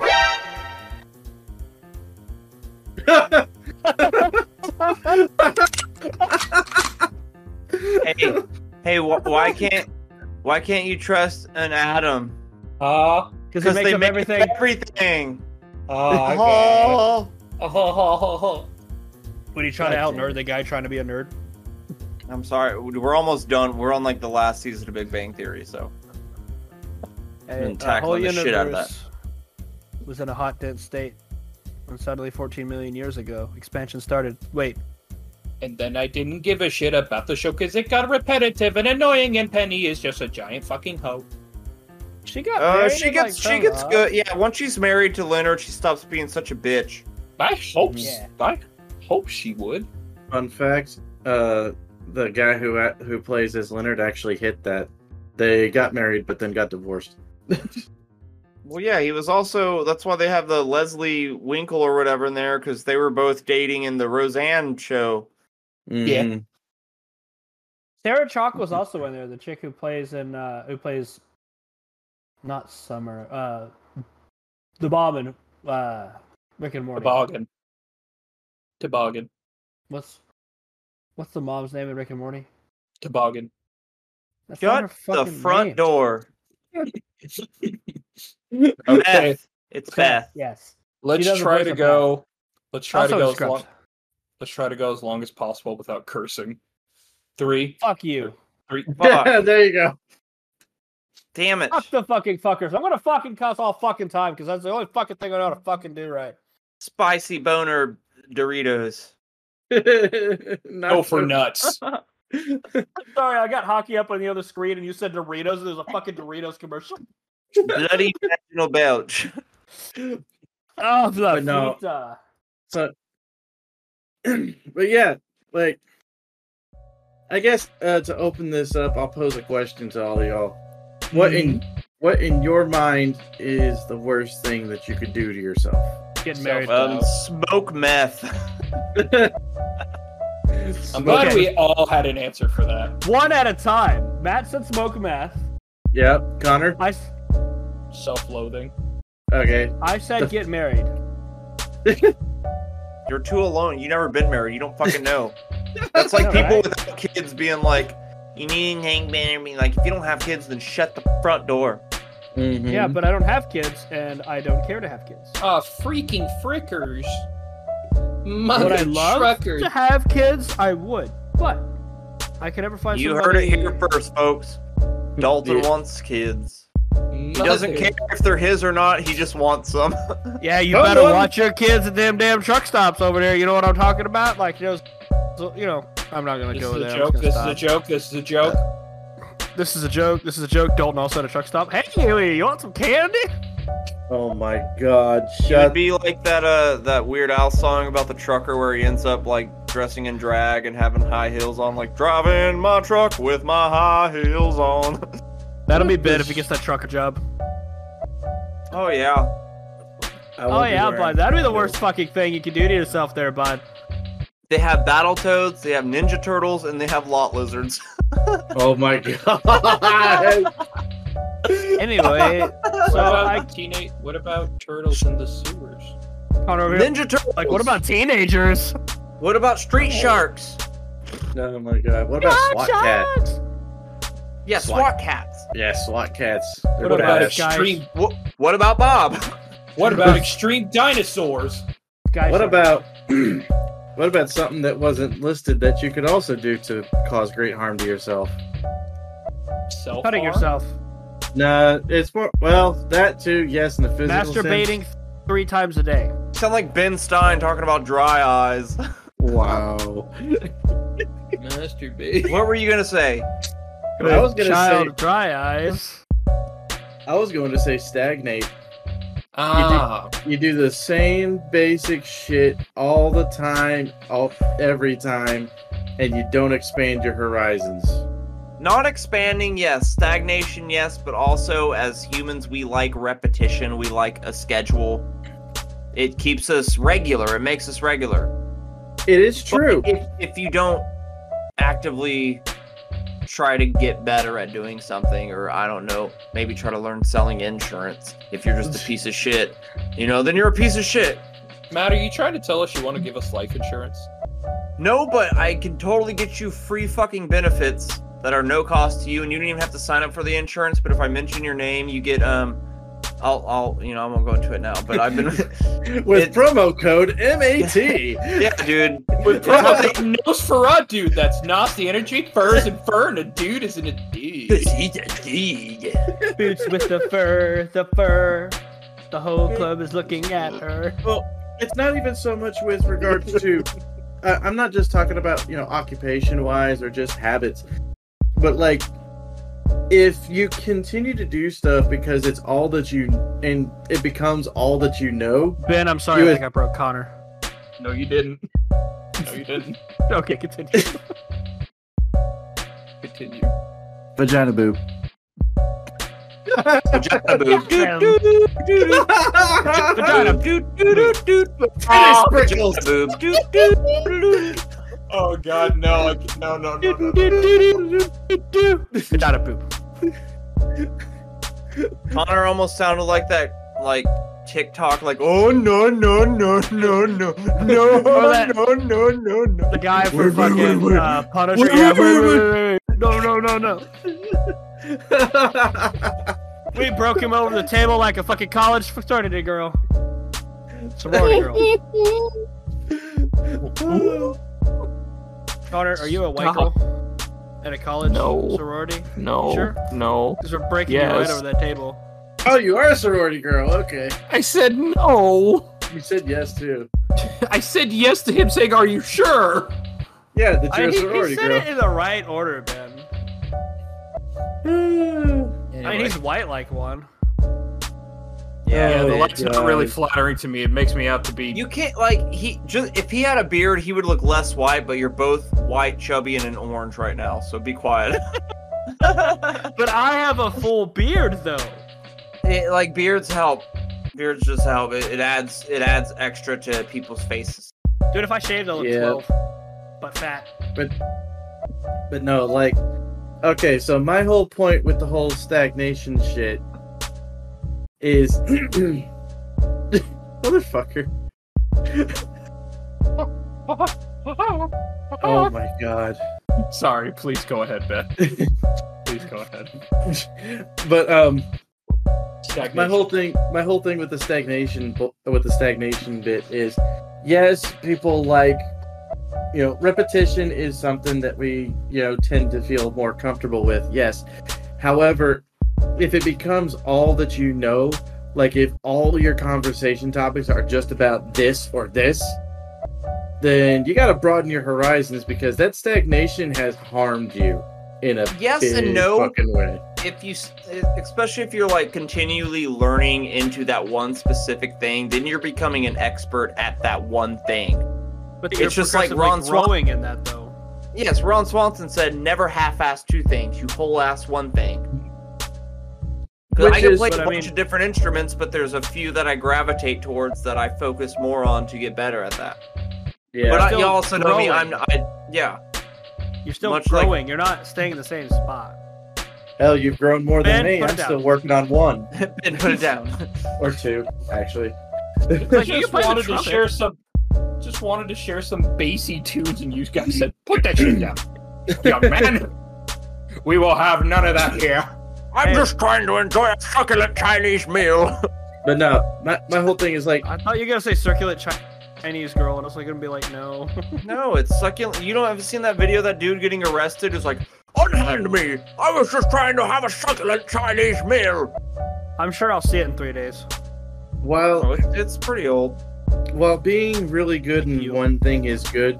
Hey, hey, wh- why can't why can't you trust an atom? Ah, Because it makes up everything. [laughs] everything. ah, [laughs] oh, When you try to out nerd the guy trying to be a nerd. I'm sorry, we're almost done. We're on like the last season of Big Bang Theory, so been a tackling whole the shit out of universe Was in a hot dense state. And suddenly 14 million years ago, expansion started. Wait, And then I didn't give a shit about the show because it got repetitive and annoying, and Penny is just a giant fucking hoe. she got uh, married she and, gets like, she gets hung up? good. Yeah, once she's married to Leonard, she stops being such a bitch. I hope, s- Yeah. I hope she would. Fun fact: uh, the guy who who plays as Leonard actually hit that. They got married, but then got divorced. Well, yeah, he was also. That's why they have the Leslie Winkle or whatever in there because they were both dating in the Roseanne show. Yeah. Mhm. Sarah Chalk was also in there, the chick who plays in uh who plays not Summer, uh the bomb in uh Rick and Morty. Toboggan. Toboggan. What's what's the mom's name in Rick and Morty? Toboggan. That's not her Shut the fucking front name. door. okay, Beth. It's Beth. Yes. She let's does a try voice to of go. Let's try also to go as Scrubs. long. Let's try to go as long as possible without cursing. Three, Fuck you. three. [laughs] [laughs] Fuck. there you go. Damn it. Fuck the fucking fuckers. I'm gonna fucking cuss all fucking time because that's the only fucking thing I know how to fucking do right. Spicy boner Doritos. Not Go Oh, for so- nuts. Sorry, I got hockey up on the other screen and you said Doritos and there's a fucking Doritos [laughs] commercial. [laughs] Bloody vaginal belch. Oh, the But no. pizza. So, [clears throat] but yeah, like, I guess uh, to open this up, I'll pose a question to all of y'all. What in what in your mind is the worst thing that you could do to yourself? Getting So, married. Um, smoke meth. I'm glad Okay. we all had an answer for that. One at a time. Matt said smoke meth. Yep, Connor. I, s- Self-loathing. Okay, I said get married. You're too alone. You never been married. You don't fucking know. That's like All people right. without kids being like, you need an hangman. I mean, like, if you don't have kids, then shut the front door. Mhm. Yeah, but I don't have kids and I don't care to have kids. Ah, freaking frickers. Would I Mother love truckers. to have kids? I would, but I could never find. You heard somebody- it here first, folks. Dalton Yeah. wants kids. He doesn't care if they're his or not. He just wants them. [laughs] Yeah, you Come better on. watch your kids at them damn truck stops over there. You know what I'm talking about? Like, you know, so, you know I'm not gonna This go is there. a I'm joke. just This is gonna a joke. This is a [laughs] joke. stop. This is a joke. This is a joke. Dalton also at a truck stop. Hey, Huey, you want some candy? Oh my God! It would Shut. be like that uh that Weird Al song about the trucker where he ends up like dressing in drag and having high heels on, like driving my truck with my high heels on. [laughs] That'll be bad if he gets that trucker job. oh yeah, I Oh won't be yeah, wearing- bud. That'd be the worst fucking thing you could do to yourself, there, bud. They have Battletoads, they have Ninja Turtles, and they have Lot Lizards. [laughs] Oh my god! [laughs] Anyway, What so about I teenage? What about turtles in the sewers? Connor over here. Ninja Turtles. Like, what about teenagers? What about Street Sharks? oh my god! What about SWAT cats? Yeah, Swat. SWAT cats. Yeah, SWAT cats. They're What about badass. guys? extreme? What, what about Bob? [laughs] What about extreme dinosaurs? Guys, What about what about [clears throat] something that wasn't listed that you could also do to cause great harm to yourself? Self cutting yourself, Nah, it's more well that too. Yes, in the physical masturbating three times a day. Sound like Ben Stein talking about dry [laughs] eyes. sense. Wow. Masturbate. What were you gonna say? I was gonna Child say dry eyes. I was going to say stagnate. [laughs] Ah, You do the same basic shit all the time, all every time, and you don't expand your horizons. Not expanding, yes. Stagnation, yes. But also, as humans, we like repetition. We like a schedule. It keeps us regular. It makes us regular. It is true. If if you don't actively try to get better at doing something, or I don't know, maybe try to learn selling insurance. If you're just a piece of shit, you know, then you're a piece of shit. Matt, are you trying to tell us you want to give us life [laughs] insurance? No, but I can totally get you free fucking benefits that are no cost to you, and you don't even have to sign up for the insurance. But if I mention your name, you get um, I'll I'll you know I won't go into it now. But I've been [laughs] With it- promo code [laughs] MAT. yeah, dude. With fucking Nosferatu, dude. That's not the energy. Furs and fur, and a dude isn't a dude. Boots with the fur, the fur. The whole club is looking at her. it's not even so much with regards to I i'm not just talking about you know occupation wise or just habits but like if you continue to do stuff because it's all that you and it becomes all that you know Ben, I'm sorry. You I is- think I broke Connor. No, you didn't. No, you didn't. [laughs] Okay, continue. Continue. vagina boob Vagina boob. Damn. Vagina boob. Vagina boob. Oh God, no! I can, no, no, no, no, no. Vagina poop. Connor almost sounded like that, like TikTok, like oh no no no no no no Or that- no no no no. The guy Wait, for wait, fucking wait, wait. Uh, Punisher. Wait, yeah, wait, wait, wait, wait, wait. No, no, no, no. [laughs] We broke him over the table like a fucking college fraternity girl. Sorority girl. Connor, are you a white girl? At a college No. sorority? No, Sure. no. Because we're breaking you right Yes. over that table. oh you are a sorority girl okay I said no. you said yes too I said yes to him saying, "Are you sure?" yeah that I, you're a he, he sorority said girl it in the right order, [sighs] Ben. I mean, Anyway. he's white like one. Yeah, the Oh, light's God. not really flattering to me. It makes me out to be. You can't like he just if he had a beard, he would look less white. But you're both white, chubby, and an orange right now. So be quiet. [laughs] But I have a full beard, though. It- like beards help. Beards just help. It, it adds it adds extra to people's faces. Dude, if I shaved, I look Yeah. 12. But fat. But no, like, okay, so my whole point with the whole stagnation shit is. [clears throat] Motherfucker. oh my god. [laughs] Sorry, please go ahead, Ben. please go ahead. But, um. Stagnation. my whole thing my whole thing with the stagnation bu- with the stagnation bit is yes people like you know repetition is something that we you know tend to feel more comfortable with yes however if it becomes all that you know like if all your conversation topics are just about this or this then you got to broaden your horizons because that stagnation has harmed you in a Yes and big no. fucking way if you s- especially if you're like continually learning into that one specific thing then you're becoming an expert at that one thing But It's you're just like progressively Ron Swan- growing in that, though. yes ron swanson said never half-ass two things you whole-ass one thing 'Cause Which i can is play a what I bunch mean. of different instruments but there's a few that i gravitate towards that i focus more on to get better at that Yeah. but I, still you also know me. growing. I'm I, yeah. You're still Much like- growing. You're not staying in the same spot. Hell, you've grown more than me. Ben, put it I'm down. still working on one And put [laughs] it down. or two, actually. I you just play the wanted to trumpet. share some. Just wanted to share some bassy tunes, and you guys said, "Put that shit [laughs] down, young man. We will have none of that here." I'm just trying to enjoy a succulent Chinese meal. But no, my, my whole thing is like, I thought you were gonna say circulate Chi- Chinese girl, and I was like gonna be like, no. [laughs] no, it's succulent. You don't have seen that video of that dude getting arrested who's like, Unhand me. I was just trying to have a succulent Chinese meal. I'm sure I'll see it in three days. while oh, it- it's pretty old. while being really good in one thing is good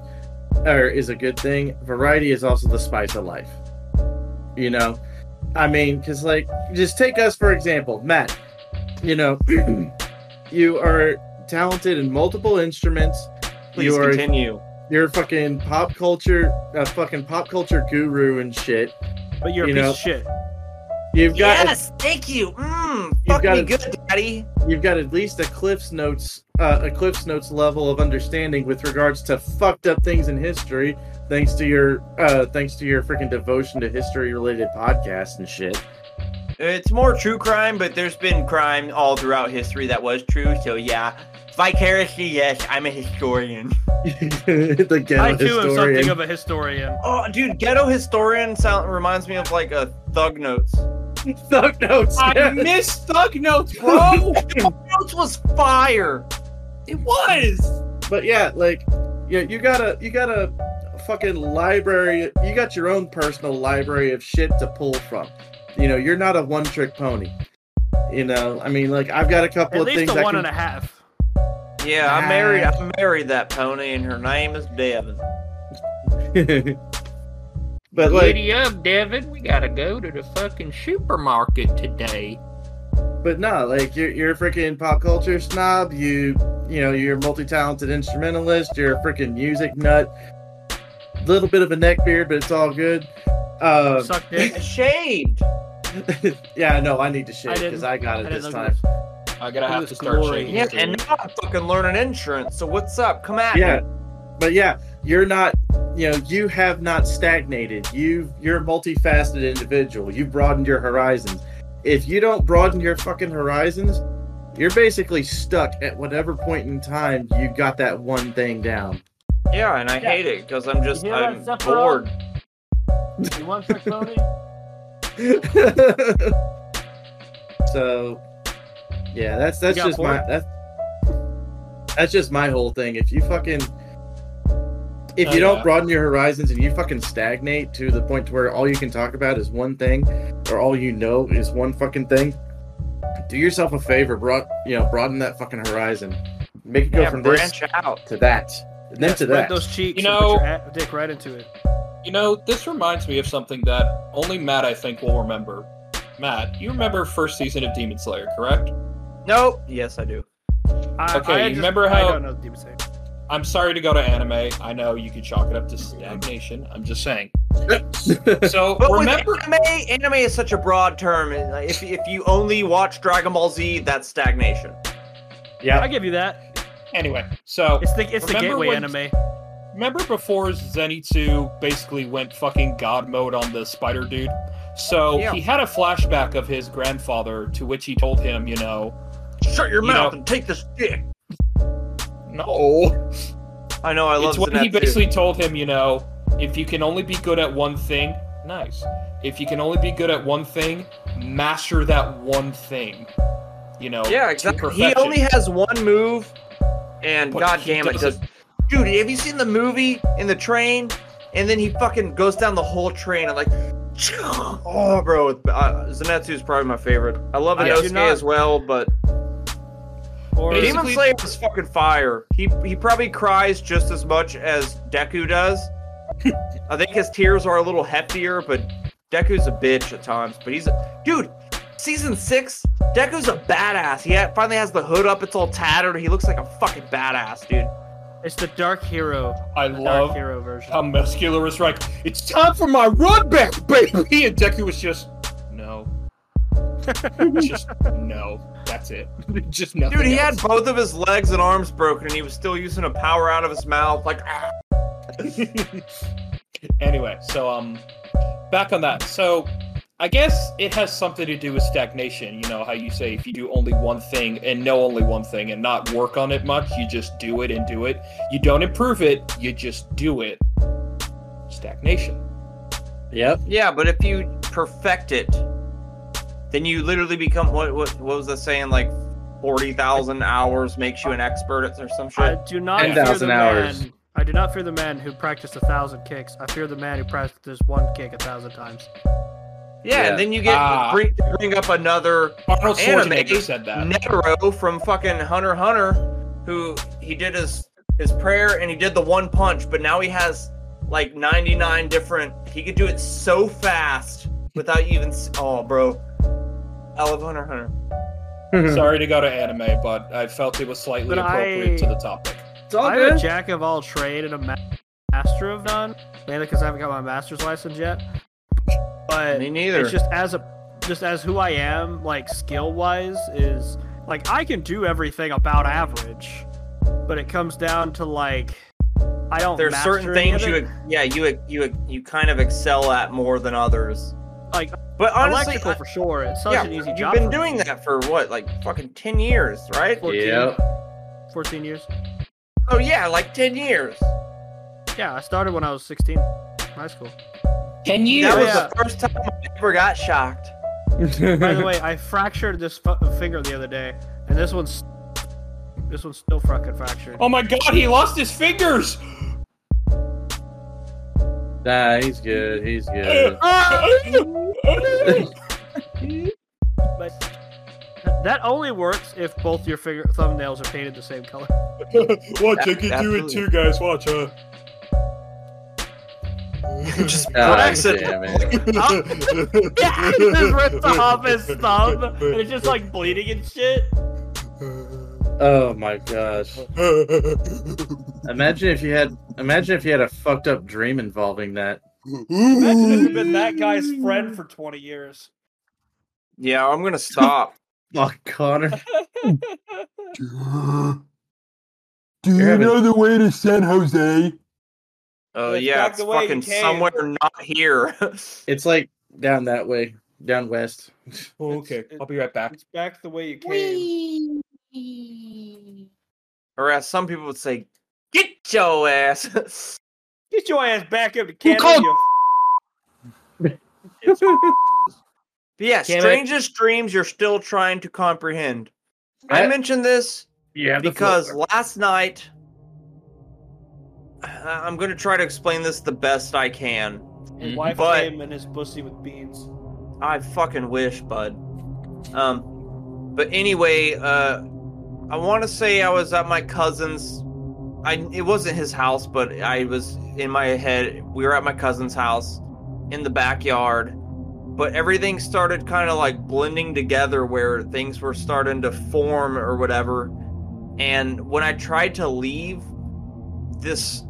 or is a good thing variety is also the spice of life you know i mean because like just take us for example matt you know [clears throat] you are talented in multiple instruments Please you are continue. you're a fucking pop culture a fucking pop culture guru and shit But you're You a piece know, of shit. you've got yes, thank you. Mm, You've fuck got me a- good, daddy. you've got at least a cliff's notes uh, a cliff's notes level of understanding with regards to fucked up things in history thanks to your uh thanks to your freaking devotion to history related podcasts and shit [laughs] It's more true crime, but there's been crime all throughout history that was true. So yeah, vicariously, yes, I'm a historian. the ghetto I too am historian something of a historian. Oh, dude, ghetto historian sound reminds me of like a Thug Notes. [laughs] thug notes I yeah. miss Thug Notes, [laughs] bro. Thug Notes was fire. it was. but yeah like yeah you got a you got a fucking library you got your own personal library of shit to pull from you know you're not a one trick pony you know i mean like i've got a couple At of least things a I one can and a half. Yeah, I married. I married that pony, and her name is Devin. [laughs] but like Giddy up, Devin. We gotta go to the fucking supermarket today. but no like you're, you're a freaking pop culture snob you you know you're a multi-talented instrumentalist you're a freaking music nut little bit of a neck beard but it's all good uh, Suck dick. [laughs] Shaved. yeah no i need to shave didn't- because I, got I it didn't this look time I gotta It have was to start glory. shaving. Yeah, too. and now I'm fucking learning insurance. So what's up? Come at yeah me. but yeah you're not you know you have not stagnated you you're a multifaceted individual you've broadened your horizons if you don't broaden your fucking horizons you're basically stuck at whatever point in time you got that one thing down Yeah, and I hate it because I'm just You hear I'm that, Sephiroth? bored. You want trick pony? [laughs] so yeah that's that's You got just my that's that's just my whole thing if you fucking if Oh, you don't yeah. broaden your horizons and you fucking stagnate to the point to where all you can talk about is one thing or all you know is one fucking thing do yourself a favor broad you know broaden that fucking horizon make it go Yeah, from branch this out. to that and then to Spread that those cheeks. You and put know- your a- dick right into it. You know, this reminds me of something that only Matt, I think, will remember. Matt, you remember first season of Demon Slayer, correct? Nope. Yes, I do. I, Okay, I you just- remember I how- don't know the demon slayer. I'm sorry to go to anime. I know you could chalk it up to stagnation. I'm just [laughs] saying. So But remember, with anime, anime is such a broad term. and, like, If, if you only watch Dragon Ball Z, that's stagnation. I give you that. anyway. So It's the it's the Remember gateway when- anime. remember before Zenitsu basically went fucking god mode on the spider dude? So Yeah. he had a flashback of his grandfather to which he told him, you know, Shut your You mouth know- and take this dick. no. I know. I love It's when Zenitsu. he basically told him, you know, if you can only be good at one thing, nice. If you can only be good at one thing, master that one thing. You know, Yeah, to exactly. He perfection. only has one move, and But god he damn it, does does dude? Have you seen the movie in the train? And then he fucking goes down the whole train and like, [sniffs] oh, bro, uh, Zenetsu is probably my favorite. I love I do Inosuke not- as well, but Or Demon Basically- Slayer is fucking fire. He he probably cries just as much as Deku does. I think his tears are a little heftier, but Deku's a bitch at times. But he's a dude. Season six, Deku's a badass. He ha- finally has the hood up; it's all tattered. He looks like a fucking badass, dude. it's the dark hero. I The love dark hero version. how muscular is like, it's time for my run back, [laughs] baby! And Deku was just, no. just, no. That's it. [laughs] Just nothing. Dude, he else. had both of his legs and arms broken, and he was still using a power out of his mouth. Like, ah. anyway, so um, back on that. So, I guess it has something to do with stagnation. You know how you say if you do only one thing and know only one thing and not work on it much, you just do it and do it. You don't improve it. You just do it. Stagnation. Yep. yeah, but if you perfect it, then you literally become what? What, what was the saying? Like, forty thousand hours makes you an expert at or some shit. I do not Ten fear the thousand hours. man. I do not fear the man who practiced a thousand kicks. I fear the man who practiced one kick a thousand times. yeah, yeah. and then you get Ah. bring bring up another Arnold Anime. Schwarzenegger said that. Nero from fucking Hunter x Hunter, who he did his his prayer and he did the one punch, but now he has like 99 different. He could do it so fast without even. s- Oh, bro, I love Hunter x Hunter. Sorry to go to anime, but I felt it was slightly But appropriate I- to the topic. It's all I'm a good. jack of all trade and a ma- master of none, mainly because I haven't got my master's license yet. But Me neither. it's just as a just as who I am, like skill wise, is like I can do everything about average, but it comes down to like I don't. There's master certain any things of you, it. ex- yeah, you ex- you ex- you kind of excel at more than others. Like, but honestly, electrical I- for sure. It's such yeah, an easy you've job. been for doing me. that for what, like fucking 10 years, right? 14, Yep. 14 years. Oh yeah, like 10 years. Yeah, I started when I was 16, high school. Ten That was Yeah. the first time I ever got shocked. By [laughs] the way, I fractured this fu- finger the other day, and this one's this one's still fucking fractured. Oh my god, he lost his fingers! Nah, he's good. He's good. Oh, [laughs] But that only works if both your finger thumbnails are painted the same color. Watch, I can do it too, guys. Watch, huh? Just God accident. Ah, damn it. [laughs] yeah, he just ripped off his thumb, and it's just like bleeding and shit. Oh my gosh. Imagine if you had imagine if you had a fucked up dream involving that. Imagine if you've been that guy's friend for 20 years. Yeah, I'm gonna [laughs] stop. Fuck Connor. Do You're you having- know the way to San Jose? Oh Let's yeah, back it's the way you fucking came. somewhere not here. [laughs] It's like down that way, down west. okay, I'll be right back. It's back the way you came. or as some people would say, get your ass. [laughs] Get your ass back up to Canada. called- you But yeah, Damn it. strangest dreams you're still trying to comprehend. I That- mentioned this Yeah, because last night [sighs] I- I'm gonna try to explain this the best I can. His wife But- came and his pussy with beans. I fucking wish, bud. Um, but anyway, uh, I want to say I was at my cousin's. I it wasn't his house, but I was in my head. We were at my cousin's house in the backyard, but everything started kind of like blending together, where things were starting to form or whatever. And when I tried to leave, this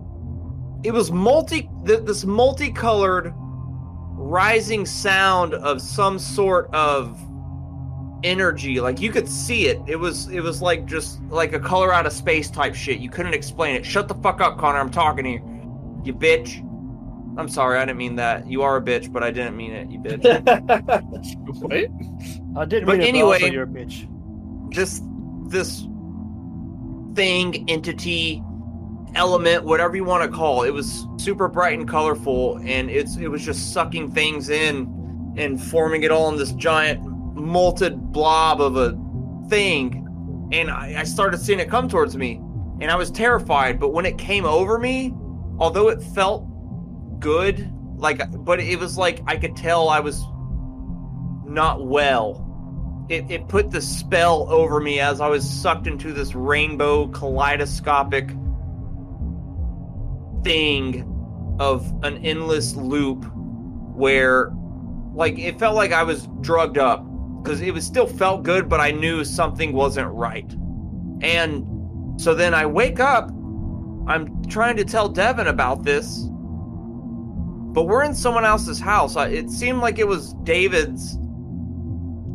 it was multi th- this multicolored rising sound of some sort of energy like you could see it it was it was like just like a color out of space type shit you couldn't explain it shut the fuck up connor i'm talking to you you bitch i'm sorry i didn't mean that you are a bitch but i didn't mean it you bitch What? I didn't But mean it, anyway- but also you're a bitch. this this thing entity element whatever you want to call it it was super bright and colorful and it's it was just sucking things in and forming it all in this giant molted blob of a thing and I, I started seeing it come towards me and i was terrified but when it came over me although it felt good like but it was like i could tell i was not well it, it put the spell over me as I was sucked into this rainbow kaleidoscopic thing of an endless loop where like it felt like I was drugged up because it was still felt good but I knew something wasn't right. And so then I wake up I'm trying to tell Devin about this but we're in someone else's house. I, it seemed like it was David's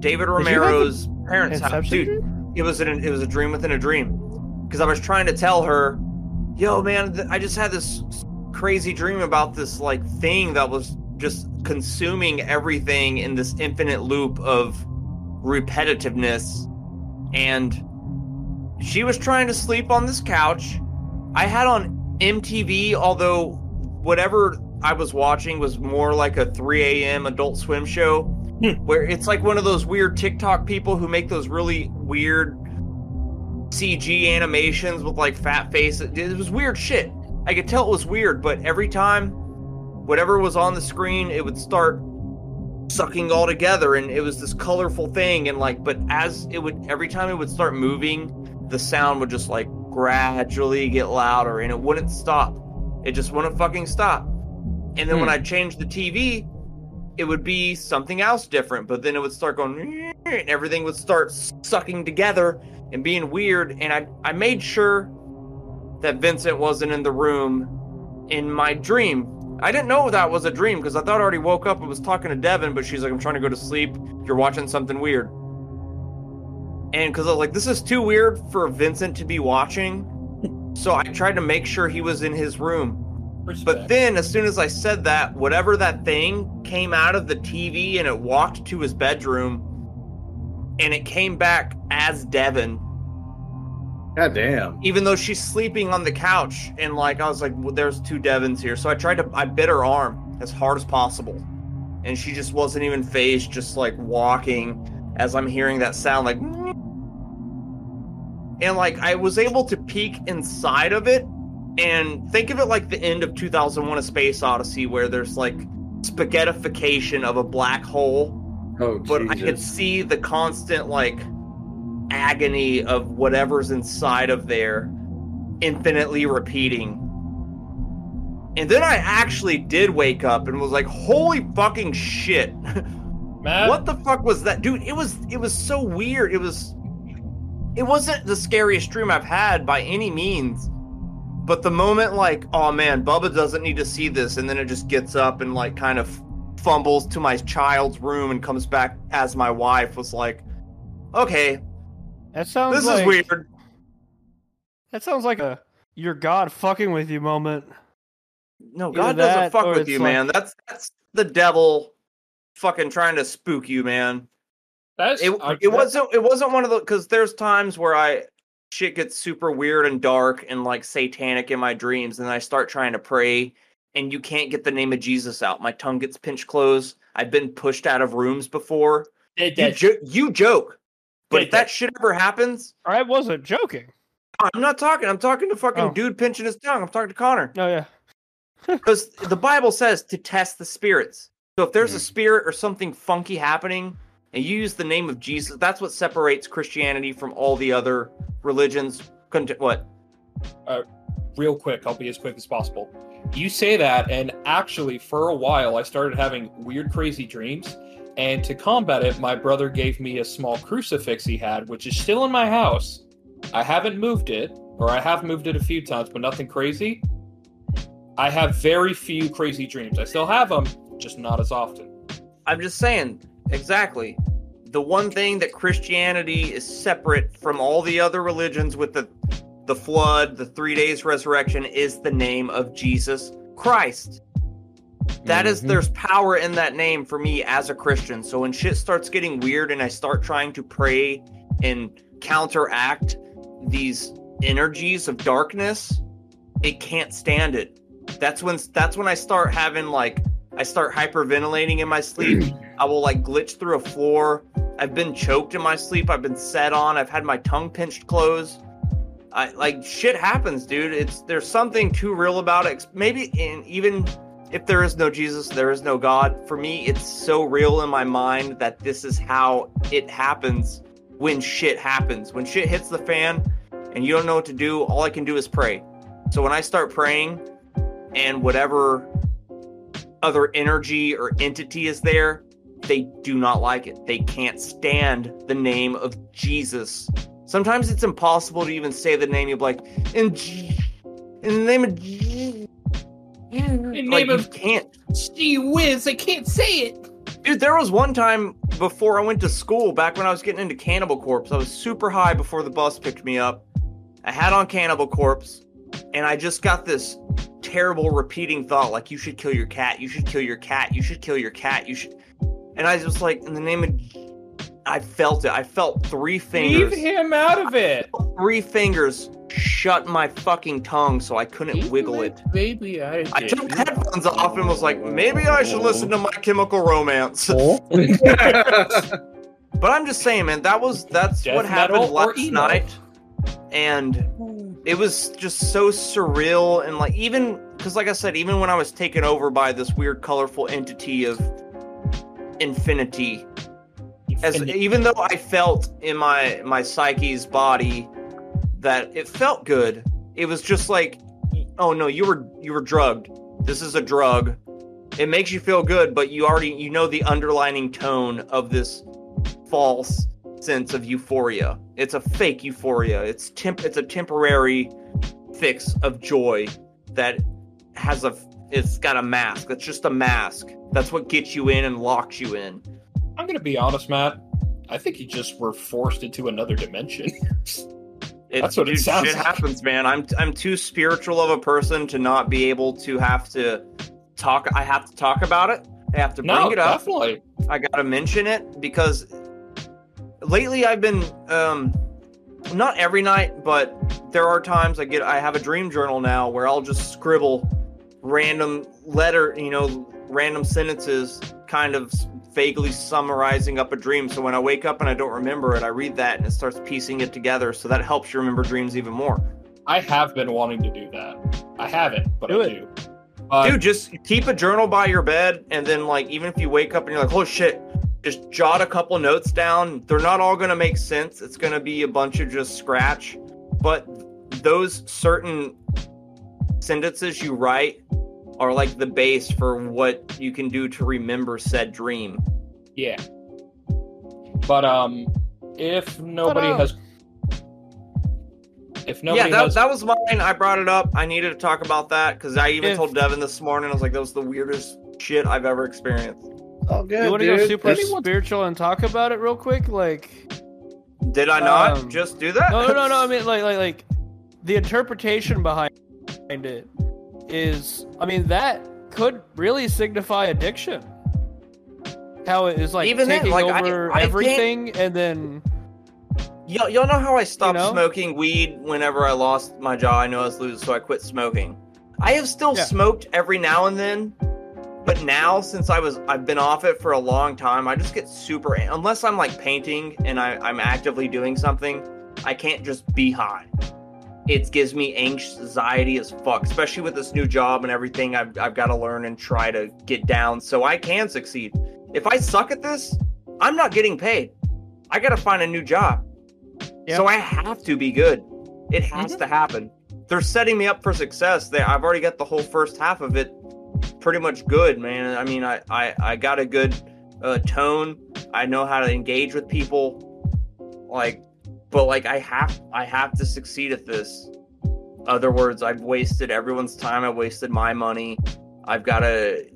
David you have a- Romero's parents' house, Inception? dude. It was an it was a dream within a dream, because I was trying to tell her, "Yo, man, th- I just had this crazy dream about this like thing that was just consuming everything in this infinite loop of repetitiveness," and she was trying to sleep on this couch. I had on MTV, although whatever I was watching was more like a 3 a.m. Adult Swim show where it's like one of those weird TikTok people who make those really weird CG animations with like fat faces. It was weird shit. I could tell it was weird, but every time whatever was on the screen, it would start sucking all together and it was this colorful thing and like but as it would every time it would start moving, the sound would just like gradually get louder and it wouldn't stop. It just wouldn't fucking stop. And then when I changed the TV, it would be something else different, but then it would start going and everything would start sucking together and being weird. And I, I made sure that Vincent wasn't in the room in my dream. I didn't know that was a dream because I thought I already woke up and was talking to Devin, but she's like, I'm trying to go to sleep. You're watching something weird. And because I was like, this is too weird for Vincent to be watching. So I tried to make sure he was in his room. But then, as soon as I said that, whatever that thing came out of the TV and it walked to his bedroom, and it came back as Devin, God damn. even though she's sleeping on the couch. And like, I was like, well, "There's two Devins here," so I tried to, I bit her arm as hard as possible, and she just wasn't even phased, just like walking as I'm hearing that sound, like, and like I was able to peek inside of it and think of it like the end of 2001 a space odyssey where there's like spaghettification of a black hole Oh, but i could Jesus. see the constant like agony of whatever's inside of there infinitely repeating and then i actually did wake up and was like holy fucking shit [laughs] Matt, what the fuck was that, dude? It was it was so weird. It was it wasn't the scariest dream I've had by any means. But the moment like, oh man, Bubba doesn't need to see this, and then it just gets up and like kind of fumbles to my child's room and comes back as my wife was like, okay, That sounds this like, is weird. That sounds like a your God fucking with you moment. No, Either God doesn't that fuck or with it's you, like- man. That's that's the devil fucking trying to spook you, man. that's, it, I- it wasn't it wasn't one of the because there's times where I shit gets super weird and dark and like satanic in my dreams and I start trying to pray and you can't get the name of Jesus out. My tongue gets pinched closed. I've been pushed out of rooms before. Did You, that jo- you joke, but if Did that that- shit ever happens, I wasn't joking. I'm not talking. I'm talking to fucking Oh. dude pinching his tongue. I'm talking to Connor. Oh, No, yeah. Because the Bible says to test the spirits. So if there's a spirit or something funky happening, and you use the name of Jesus, that's what separates Christianity from all the other religions. Cont- What? real quick. I'll be as quick as possible. You say that, and actually, for a while, I started having weird, crazy dreams. And to combat it, my brother gave me a small crucifix he had, which is still in my house. I haven't moved it, or I have moved it a few times, but nothing crazy. I have very few crazy dreams. I still have them, just not as often. I'm just saying, exactly. The one thing that Christianity is separate from all the other religions with the the flood, the three days resurrection, is the name of Jesus Christ. That is, there's power in that name for me as a Christian. So when shit starts getting weird and I start trying to pray and counteract these energies of darkness, it can't stand it. That's when that's when I start having like I start hyperventilating in my sleep. I will like glitch through a floor. I've been choked in my sleep. I've been set on. I've had my tongue pinched closed. I like shit happens, dude. It's there's something too real about it. Maybe and even if there is no Jesus, there is no God. For me, it's so real in my mind that this is how it happens when shit happens. When shit hits the fan and you don't know what to do, all I can do is pray. So when I start praying and whatever other energy or entity is there, they do not like it. They can't stand the name of Jesus. Sometimes it's impossible to even say the name. You're like, in, J- in the name of, J-" In like name you of can't. gee whiz, I can't say it. Dude, there was one time before I went to school, back when I was getting into Cannibal Corpse, I was super high before the bus picked me up. I had on Cannibal Corpse, and I just got this terrible repeating thought like, you should kill your cat, you should kill your cat, you should kill your cat, you should. And I was just like, in the name of. J- I felt it. I felt three Leave fingers. him out of it. Three fingers shut my fucking tongue so I couldn't wiggle it. Baby, I, I took the headphones off and was like, maybe I should listen to My Chemical Romance. Oh. [laughs] But I'm just saying, man, that was that's Death what happened metal or last emo. night, and it was just so surreal and like even because, like I said, even when I was taken over by this weird, colorful entity of infinity, as even though I felt in my my psyche's body that it felt good, it was just like, oh no, you were you were drugged. This is a drug. It makes you feel good, but you already you know the underlining tone of this false sense of euphoria. It's a fake euphoria. It's temp. It's a temporary fix of joy that has a. It's got a mask. It's just a mask. That's what gets you in and locks you in. I'm gonna be honest, Matt. I think you just were forced into another dimension. It, That's what it dude, sounds shit like. happens, man. I'm I'm too spiritual of a person to not be able to have to talk. I have to talk about it. I have to bring no, it up. definitely. I gotta mention it because lately I've been um not every night, but there are times I get I have a dream journal now where I'll just scribble random letter, you know, random sentences, kind of vaguely summarizing up a dream. So when I wake up and I don't remember it, I read that and it starts piecing it together. So that helps you remember dreams even more. I have been wanting to do that. I haven't, but Do I it. do. Uh, Dude, just keep a journal by your bed, and then like even if you wake up and you're like, "Oh shit," just jot a couple notes down. They're not all gonna make sense. It's gonna be a bunch of just scratch, but those certain sentences you write are like the base for what you can do to remember said dream. Yeah. But um, if nobody But, uh, has, if nobody yeah, that, has, that was mine. I brought it up. I needed to talk about that because I even If- told Devin this morning. I was like, "That was the weirdest shit I've ever experienced." [laughs] All good, you want to dude. go super That's- spiritual and talk about it real quick? Like, Did I not Um, just do that? no, no, no, no. I mean, like, like, like, the interpretation behind it is, I mean, that could really signify addiction. How it is like Even then, taking like, I- over I can't- everything, and then Y'all, y'all know how I stopped know? smoking weed whenever I lost my job. I know I was losing, so I quit smoking. I have still Yeah. smoked every now and then, but now since I was I've been off it for a long time, I just get super unless I'm like painting and I, I'm actively doing something, I can't just be high. It gives me anxiety as fuck, especially with this new job and everything. I've I've got to learn and try to get down so I can succeed. If I suck at this, I'm not getting paid. I got to find a new job. Yeah. So I have to be good. It has to happen. They're setting me up for success. They, I've already got the whole first half of it pretty much good, man. I mean, I, I, I got a good uh, tone. I know how to engage with people. Like, but like, I have, I have to succeed at this. Other words, I've wasted everyone's time. I wasted my money. I've got to,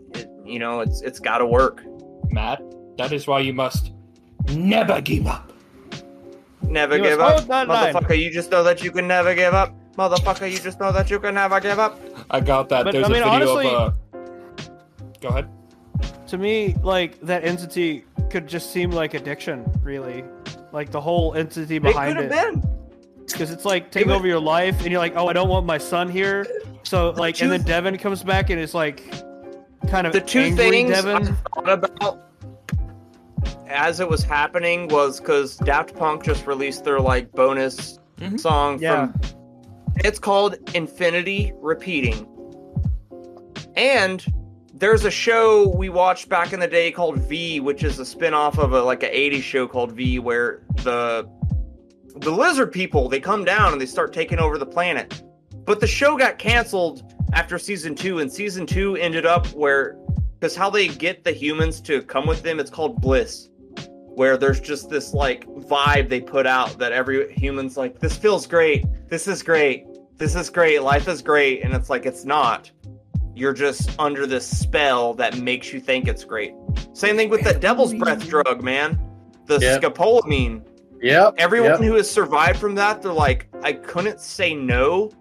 you know, it's it's got to work. Matt, that is why you must never give up. Never You give must up, hold that line. motherfucker. You just know that you can never give up, motherfucker. You just know that you can never give up. I got that. But, There's I mean, a video honestly- of. Uh... Go ahead. to me, like that entity could just seem like addiction, really, like the whole entity It behind could have it. been. because it's like taking would- over your life, and you're like, oh, I don't want my son here. So like, and two- then Devin comes back, and it's like, kind of The two angry things Devin. I thought about as it was happening was because Daft Punk just released their like bonus Mhm. song Yeah. from. It's called Infinity Repeating, and there's a show we watched back in the day called V, which is a spin-off of a like an '80s show called V, where the the lizard people they come down and they start taking over the planet. But the show got canceled after season two, and season two ended up where because how they get the humans to come with them, it's called bliss, where there's just this like vibe they put out that every human's like, this feels great, this is great, this is great, life is great, and it's like it's not. You're just under this spell that makes you think it's great. Same thing with that devil's breath drug, man. The Yep. scopolamine. Yep. Everyone yep. who has survived from that, they're like, I couldn't say no,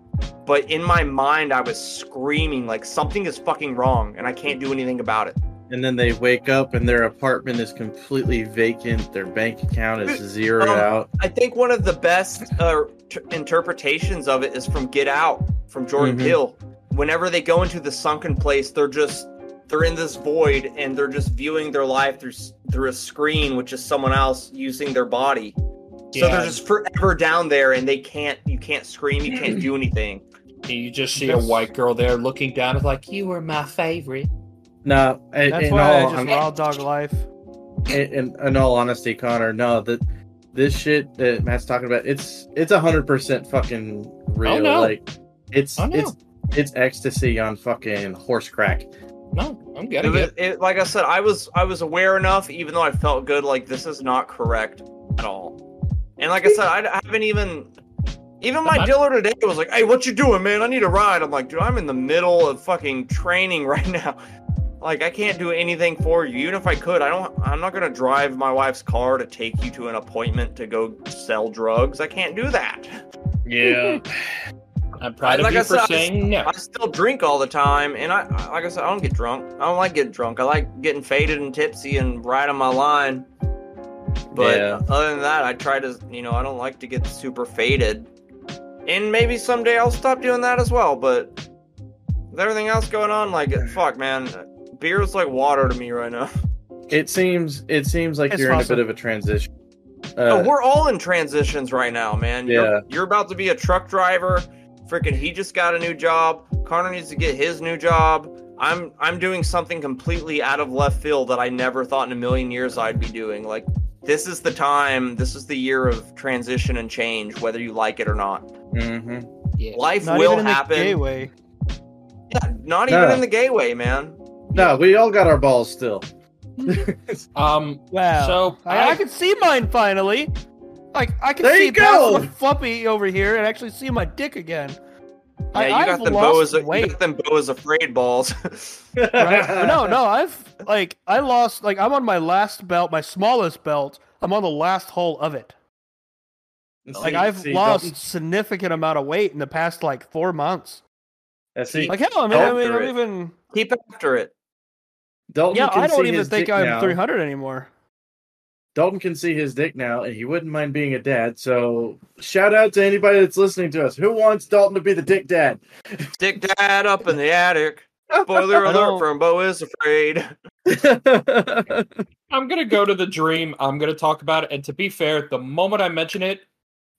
but in my mind, I was screaming like something is fucking wrong, and I can't do anything about it. And then they wake up and their apartment is completely vacant. Their bank account [laughs] is zeroed Um, out. I think one of the best uh, t- interpretations of it is from Get Out, from Jordan Mhm. Peele. Whenever they go into the sunken place, they're just they're in this void and they're just viewing their life through s- through a screen, which is someone else using their body. So Yeah. they're just forever down there, and they can't you can't scream, you can't do anything. And you just see a white girl there looking down and like, you were my favorite. No, in, That's in why I all, just I'm- raw dog life. in, in, in all honesty, Connor, no, that this shit that Matt's talking about, it's it's hundred percent fucking real. Oh, no. Like, it's Oh, no. it's it's ecstasy on fucking horse crack. No, I'm It getting was, it. it, like I said, I was I was aware enough, even though I felt good. Like this is not correct at all. And like I said, I, I haven't even even my Not- dealer today was like, "Hey, what you doing, man? I need a ride." I'm like, "Dude, I'm in the middle of fucking training [laughs] right now. Like, I can't do anything for you. Even if I could, I don't. I'm not gonna drive my wife's car to take you to an appointment to go sell drugs. I can't do that." Yeah. [laughs] I'm proud Like of you I for said, I- saying no. I still drink all the time, and I, I- like I said, I don't get drunk. I don't like getting drunk. I like getting faded and tipsy and right on my line. But Yeah. other than that, I try to, you know, I don't like to get super faded. And maybe someday I'll stop doing that as well. But with everything else going on, like, fuck, man, beer is like water to me right now. It seems it seems like It's you're awesome. in a bit of a transition. Oh, Uh, we're all in transitions right now, man. Yeah. You're, you're about to be a truck driver. Freaking, he just got a new job. Connor needs to get his new job. I'm I'm doing something completely out of left field that I never thought in a million years I'd be doing. Like this is the time, this is the year of transition and change, whether you like it or not. mhm. Life Not will even in the gay happen. way. Yeah, not No. even in the gay way, man. No, we all got our balls still. Um, Wow. so I, I can see mine finally. Like I can There see you go. past the fluffy over here and actually see my dick again. Yeah, I, you I've got them lost boas. You weight. got them boas afraid balls. [laughs] [laughs] right? [laughs] no, no, I've like I lost like I'm on my last belt, my smallest belt. I'm on the last hole of it. Like See- I've see, lost Dalton- significant amount of weight in the past like four months. uh, see, Like hell, I mean, I Don't mean, do I'm it. even Keep after it. Dalton yeah, can I see don't even his think dick I'm now. 300 anymore. Dalton can see his dick now, and he wouldn't mind being a dad. So, shout out to anybody that's listening to us. Who wants Dalton to be the dick dad? Dick Dad up in the attic. [laughs] Spoiler I alert don't- from Bo is afraid. I'm gonna go to the dream. I'm gonna talk about it. And to be fair, the moment I mention it,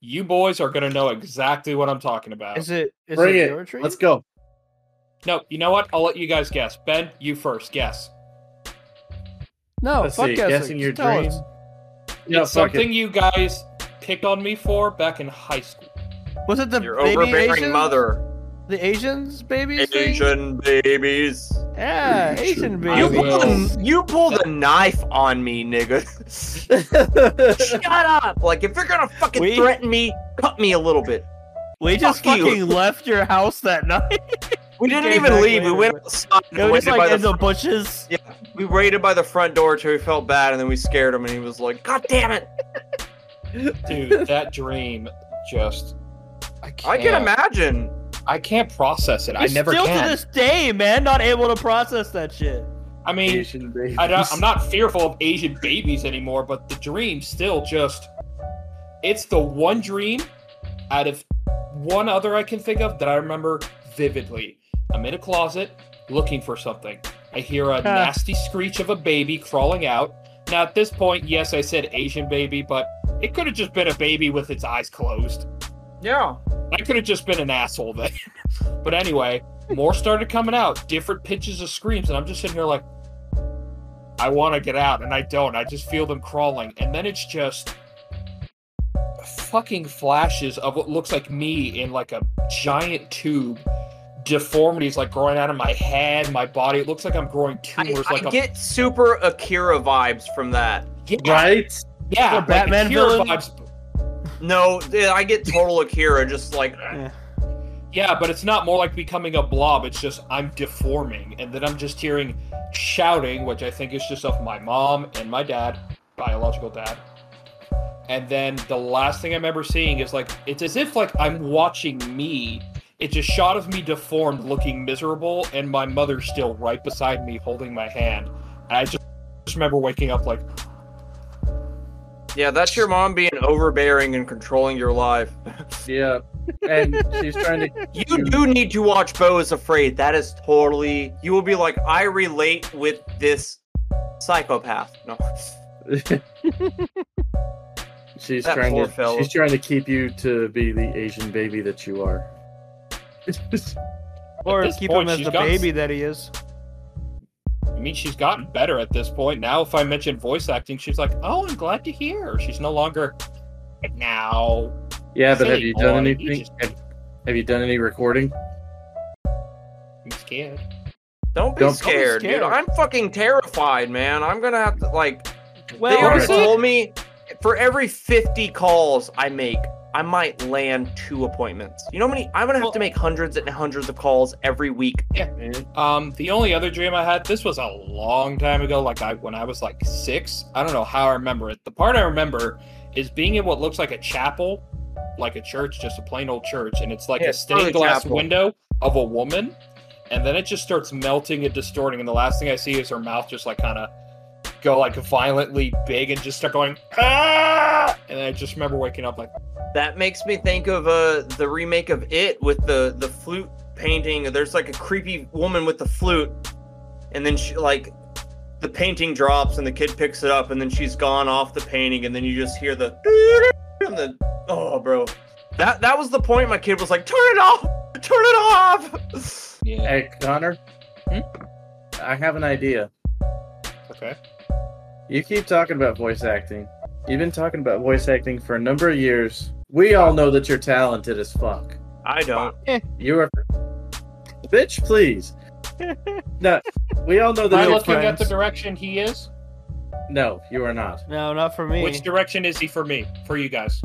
you boys are gonna know exactly what I'm talking about. Is it? Is Bring it, it. your tree? Let's go. No, you know what? I'll let you guys guess. Ben, you first. Guess. No, Let's Oh, fuck see. guessing. Guessing your Just tell dream. us. Yeah, it's fuck it. something you guys picked on me for back in high school. Was it the Your baby overbearing Asians? mother. The Asians babies thing? Asian babies. Yeah, Asian I You babies. will. pulled, a, you pulled a knife on me, [laughs] nigga. Shut up! Like, if you're gonna fucking We- threaten me, cut me a little bit. We just Fuck you. fucking left your house that night. We didn't Came even back leave. We later, went but- outside It and was waited, like by in the the, bushes. we waited by the front door till he felt bad, and then we scared him, and he was like, God damn it! [laughs] Dude, that dream just I can't I can imagine. I can't process it. I You're never still can. to this day, man, not able to process that shit. I mean, I don't, I'm not fearful of Asian babies anymore, but the dream still just. It's the one dream out of one other I can think of that I remember vividly. I'm in a closet looking for something. I hear a nasty screech of a baby crawling out. Now, at this point, yes, I said Asian baby, but it could have just been a baby with its eyes closed. Yeah. I could have just been an asshole then. [laughs] but anyway, more started coming out, different pitches of screams, and I'm just sitting here like, I want to get out, and I don't. I just feel them crawling, and then it's just fucking flashes of what looks like me in like a giant tube, deformities like growing out of my head, my body. It looks like I'm growing I, tumors, like I a get super Akira vibes from that. yeah, [laughs] right. yeah, like Batman Akira villain? vibes. No, I get total Akira, just like, Yeah, but it's not more like becoming a blob. It's just I'm deforming, and then I'm just hearing shouting, which I think is just of my mom and my dad, biological dad. And then the last thing I remember seeing is like it's as if like I'm watching me. It's a shot of me deformed, looking miserable, and my mother still right beside me, holding my hand. And I just, just remember waking up like, Yeah, that's your mom being overbearing and controlling your life. Yeah, and she's trying to. You do need to watch Bo is Afraid. That is totally. You will be like, I relate with this psychopath. No. [laughs] She's That trying poor to. fellow. She's trying to keep you to be the Asian baby that you are. [laughs] At Or this keep point, him as she's the got- baby that he is. I mean, she's gotten better at this point. Now, if I mention voice acting, she's like, "Oh, I'm glad to hear." She's no longer now. yeah, but have Say, you done boy, you anything? just- have, have you done any recording? I'm scared. Don't Don't- be don't be scared, scared. dude. I'm fucking terrified, man. I'm gonna have to like. Well, they already honestly- told me for every 50 calls I make, I might land two appointments. You know how many? I'm gonna have Well- to make hundreds and hundreds of calls every week. Um, the only other dream I had, this was a long time ago, like I when I was like six. I don't know how I remember it. The part I remember is being in what looks like a chapel, like a church, just a plain old church, and it's like Yeah, a it's probably a stained glass chapel. window of a woman, and then it just starts melting and distorting, and the last thing I see is her mouth just like kind of go like violently big and just start going ah! and I just remember waking up like That makes me think of uh the remake of It with the the flute painting. There's like a creepy woman with the flute, and then she like the painting drops and the kid picks it up and then she's gone off the painting and then you just hear the and the oh bro. That that was the point my kid was like, turn it off! Turn it off! yeah Hey, Connor. Hmm? I have an idea. okay You keep talking about voice acting. You've been talking about voice acting for a number of years. We all know that you're talented as fuck. I don't. You are, bitch. Please. no, we all know am I that. you're looking at friends. the direction he is No, you are not. No, not for me. which direction is he for me for you guys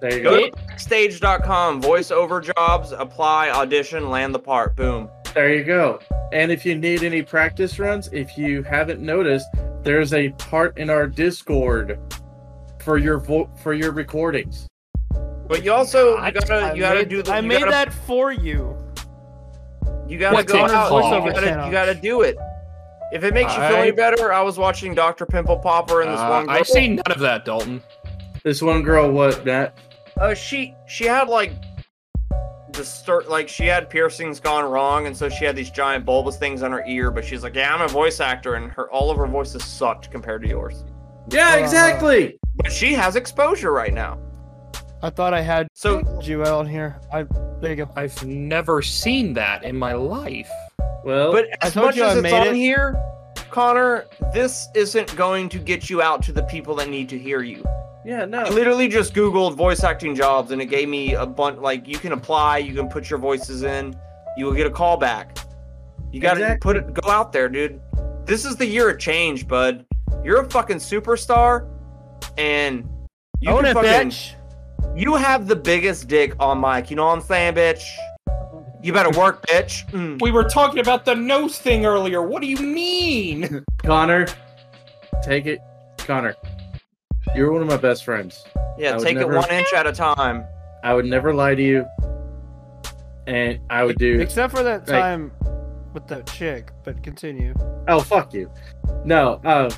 There you go. Go to backstage.com, voiceover jobs, apply, audition, land the part. Boom. There you go. And if you need any practice runs, if you haven't noticed, there's a part in our Discord for your vo- for your recordings. But you also I- you gotta I you gotta made- do the I you made gotta- that for you. You gotta What's go it out. called? You gotta, you gotta do it. If it makes you feel I- any better, I was watching Dr. Pimple Popper and this Uh, one girl. I've seen none of that Dalton This one girl, what Matt? Uh, she she had like the start like she had piercings gone wrong, and so she had these giant bulbous things on her ear. But she's like, yeah, I'm a voice actor, and her all of her voices sucked compared to yours. Yeah, exactly. But she has exposure right now. I thought I had So you out here. I there you go. I've never seen that in my life. Well, But I as told much you I as it's made on it. here, Connor, this isn't going to get you out to the people that need to hear you. yeah, I no. literally just Googled voice acting jobs and it gave me a bunch. Like, you can apply, you can put your voices in, you will get a call back. You gotta Exactly. put it, go out there, dude. This is the year of change, bud. You're a fucking superstar and you Own can it, fucking, bitch. You have the biggest dick on mic. You know what I'm saying, bitch? You better work, bitch. Mm. We were talking about the nose thing earlier. What do you [laughs] mean? Connor, take it, Connor. You're one of my best friends. I Yeah, would take never- it one inch at a time. I would never lie to you, and I would do. Except for that Right. time with that chick. But continue. Oh, fuck you. No, uh,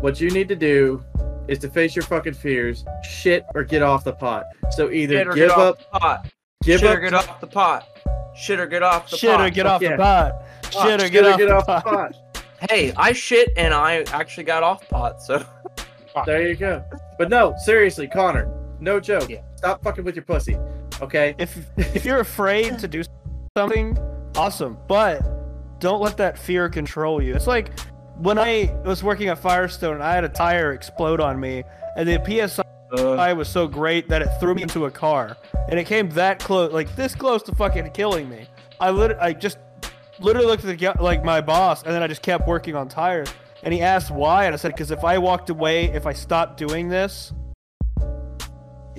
what you need to do is to face your fucking fears, shit, or get off the pot. So either Shit or give get up, off the pot. give Shit up, or get off the pot. Shit or get off the Shit pot. or get off yeah. the pot. pot, Shit or get off the pot. Hey, I shit and I actually got off pot, so There you go. But no, seriously, Connor, no joke. Yeah. Stop fucking with your pussy, okay? If if you're afraid to do something, awesome. But don't let that fear control you. It's like when I was working at Firestone and I had a tire explode on me, and the PSI uh, was so great that it threw me into a car, and it came that close, like this close to fucking killing me. I lit, I just literally looked at the, guy- like my boss, and then I just kept working on tires. And he asked why, and I said, "Because if I walked away, if I stopped doing this,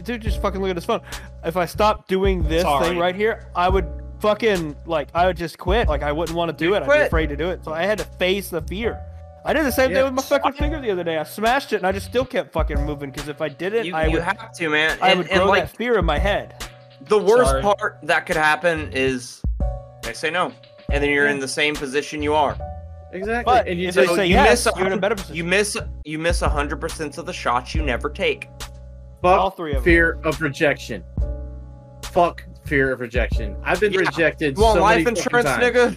dude, just fucking look at his phone. If I stopped doing this Sorry. thing right here, I would fucking like I would just quit. Like I wouldn't want to do it. I'd quit. be afraid to do it. So I had to face the fear. I did the same Yeah. thing with my fucking finger the other day. I smashed it and I just still kept fucking moving because if I didn't, You, I you would have to, man. I and, would and, grow like that fear in my head. the worst Sorry. part that could happen is they say no, and then you're in the same position you are. Exactly. But and you if just they say you yes, miss a you're in a hundred- better position. You miss you miss hundred percent of the shots you never take. fuck all three of them. fear of rejection. Fuck fear of rejection. I've been Yeah. rejected You want so many life fucking insurance, times. nigga?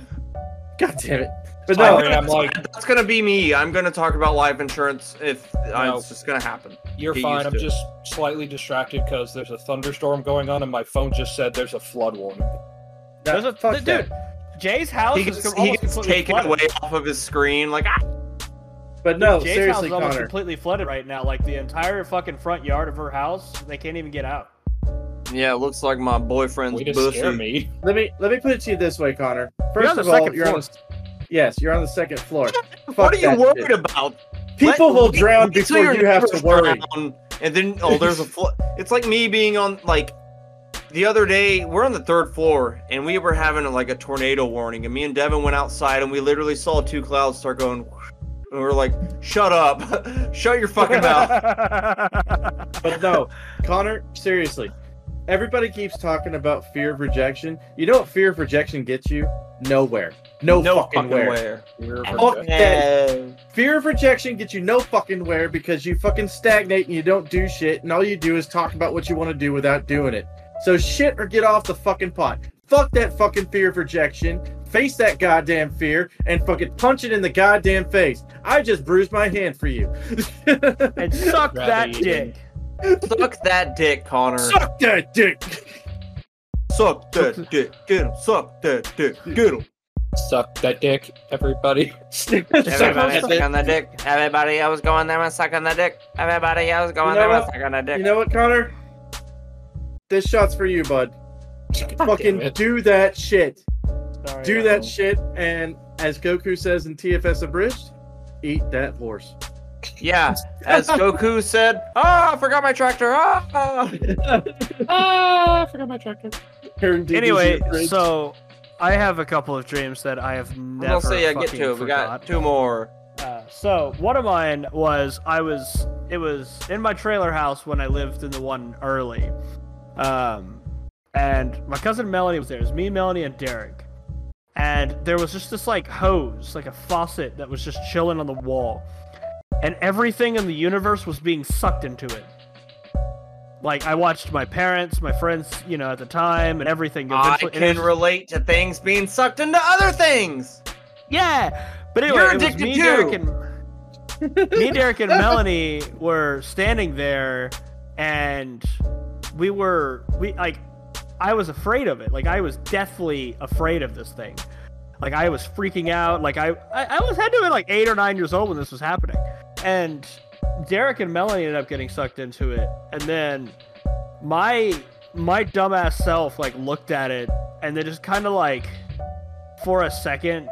God damn it. But Sorry, no, I'm like, That's gonna be me. I'm gonna talk about life insurance if uh, No. it's just gonna happen. you're Get fine. used I'm to it. just slightly distracted because there's a thunderstorm going on, and my phone just said there's a flood warning. that, There's a- fuck dude, that. Jay's house He is gets, com- he almost gets completely taken flooded. away off of his screen. Like, ah, But no, Jay's house seriously, is almost Connor. completely flooded right now. Like the entire fucking front yard of her house, they can't even get out. yeah, it looks like my boyfriend's Way to pussy. scare me. Let me let me put it to you this way, Connor. 1st on the of all, second you're on the, yes, you're on the second floor. Fuck What are you that worried shit. about? People Let- will wait- drown wait till before your you have neighbors to worry. drown, and then oh, there's a flood. It's like me being on like the other day. We're on the third floor, and we were having like a tornado warning. And me and Devin went outside, and we literally saw two clouds start going. And we were like, "Shut up! [laughs] Shut [laughs] your fucking mouth!" But no, Connor, seriously. Everybody keeps talking about fear of rejection. You know what fear of rejection gets you? Nowhere. No, fucking, where. Fuck that. Fear of rejection gets you no fucking where because you fucking stagnate and you don't do shit, and all you do is talk about what you want to do without doing it. So shit or get off the fucking pot. Fuck that fucking fear of rejection. Face that goddamn fear and fucking punch it in the goddamn face. I just bruised my hand for you. [laughs] And suck Rather that you dick. Suck that dick, Connor. Suck that dick. Suck that dick. Get him. Suck that dick. Get him. Suck that dick, everybody. [laughs] Everybody Suck suck that- on the dick. Everybody else going there and sucking the dick. Everybody else You going know there and what? sucking the dick. You know what, Connor? This shot's for you, bud. Fucking it. do that shit. Sorry, do guys. that shit, and as Goku says in TFS Abridged, eat that horse. Yeah, [laughs] as Goku said, ah, I forgot my tractor. Ah, ah." Anyway, so I have a couple of dreams that I have never. I'll say I get fucking to it. We got forgot. two more. Uh, so one of mine was I was it was in my trailer house when I lived in the one early, um, and my cousin Melanie was there. It was me, Melanie, and Derek, and there was just this like hose, like a faucet that was just chilling on the wall, and everything in the universe was being sucked into it. Like I watched my parents, my friends, you know, at the time, and everything. I eventually- and it can was- relate to things being sucked into other things. Yeah, but anyway, You're it was addicted me, too. Derek, and [laughs] me, Derek, and Melanie were standing there, and we were we like, I was afraid of it. Like I was deathly afraid of this thing. Like I was freaking out. Like I I, I was had to have been like eight or nine years old when this was happening, and Derek and Melanie ended up getting sucked into it, and then my my dumbass self like looked at it and then just kind of like for a second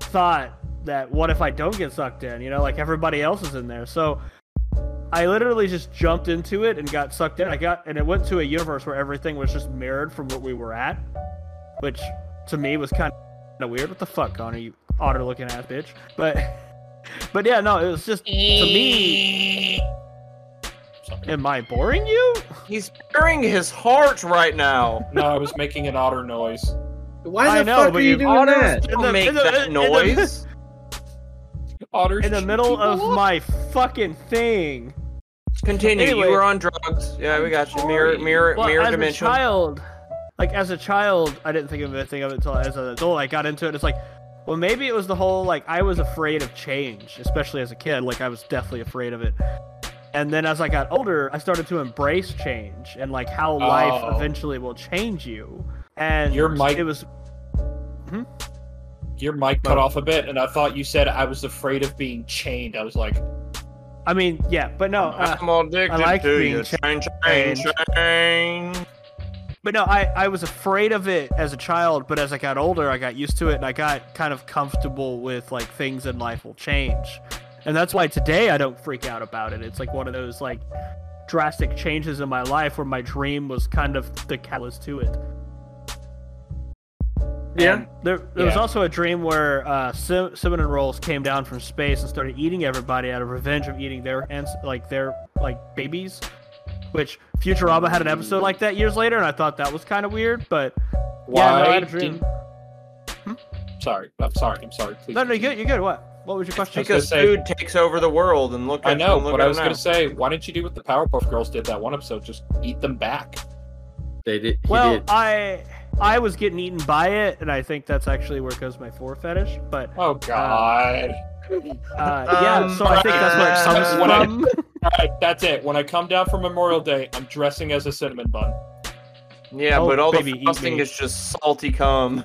thought that what if I don't get sucked in? You know, like everybody else is in there. So I literally just jumped into it and got sucked in. I got and it went to a universe where everything was just mirrored from what we were at, which to me was kind of weird. What the fuck, Connor? You otter looking ass bitch. But [laughs] but yeah, no, it was just to me. Am I boring you? He's bearing his heart right now. No, I was making an otter noise. Why I the know, fuck but are you you- doing Otters that? don't In the- make in the- that in the- [laughs] noise. Otters In the chew middle people of up. my fucking thing. Continue. Anyway. you were on drugs. Yeah, we got you. Mirror, mirror, Well, mirror as dimension. a child, like as a child, I didn't think of anything of it until as an adult I got into it. It's like, well, maybe it was the whole like I was afraid of change, especially as a kid. Like I was deathly afraid of it. And then as I got older, I started to embrace change and like how life Oh. eventually will change you. And Your mic- it was Your mic cut off a bit, and I thought you said I was afraid of being chained. I was like, I mean, yeah, but no, uh, I'm addicted I like to being you. Chain, chain, chain. but no, I, I was afraid of it as a child, but as I got older, I got used to it and I got kind of comfortable with like things in life will change. And that's why today I don't freak out about it. It's like one of those like drastic changes in my life where my dream was kind of the catalyst to it. Yeah. And there, there was Yeah. also a dream where uh, Sim- cinnamon rolls came down from space and started eating everybody out of revenge of eating their ans- like their like babies. Which Futurama had an episode like that years later, and I thought that was kind of weird. But Why yeah, no, I had a dream. didn't- Sorry, I'm sorry. I'm sorry. Please. No, no, you're good. You're good. What? What was your question? gonna Because say- food takes over the world, and look. I at- know, look but at I was now. going to say, why didn't you do what the Powerpuff Girls did that one episode? Just eat them back. They did. He Well, did. I I was getting eaten by it, and I think that's actually where goes my four fetish. But Oh God! uh, yeah, so I think that's where Um, it comes when I- from. All right, that's it. When I come down for Memorial Day, I'm dressing as a cinnamon bun. Yeah, Oh, but all baby, the eat frosting me. is just salty cum.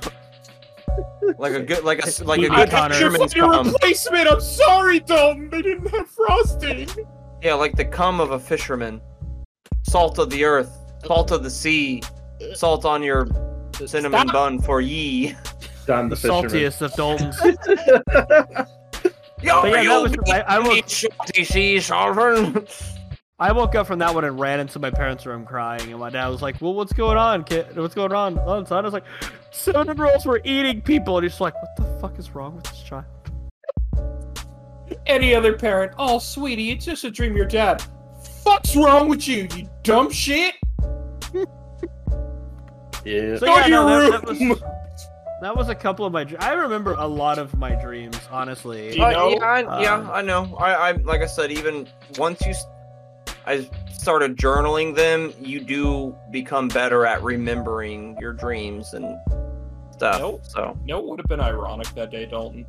like a good, like a s- like a Eat me, good Connor. Your fisherman's cum. replacement. I'm sorry, Dalton. They didn't have frosting. Yeah, like the cum of a fisherman. Salt of the earth, salt of the sea, salt on your cinnamon bun for ye. Don the the fisherman. saltiest of [laughs] Dalton's. [laughs] Yo, But yeah, that was I, I [laughs] woke sea sovereign. I woke up from that one and ran into my parents' room crying, and my dad was like, "Well, what's going on, kid? What's going on, on son?" I was like, "Cinnamon rolls were eating people," and he's like, "What the fuck is wrong with this child?" Any other parent? Oh, sweetie, it's just a dream. of Your dad. Fuck's wrong with you? You dumb shit. Yeah. So Go to your that, that was that was a couple of my. dr- I remember a lot of my dreams, honestly. Do you know? Uh, yeah, I, yeah, Um, I know. I, I like I said, even once you, s- I started journaling them, you do become better at remembering your dreams and stuff. Nope. So You know what would have been ironic that day, Dalton?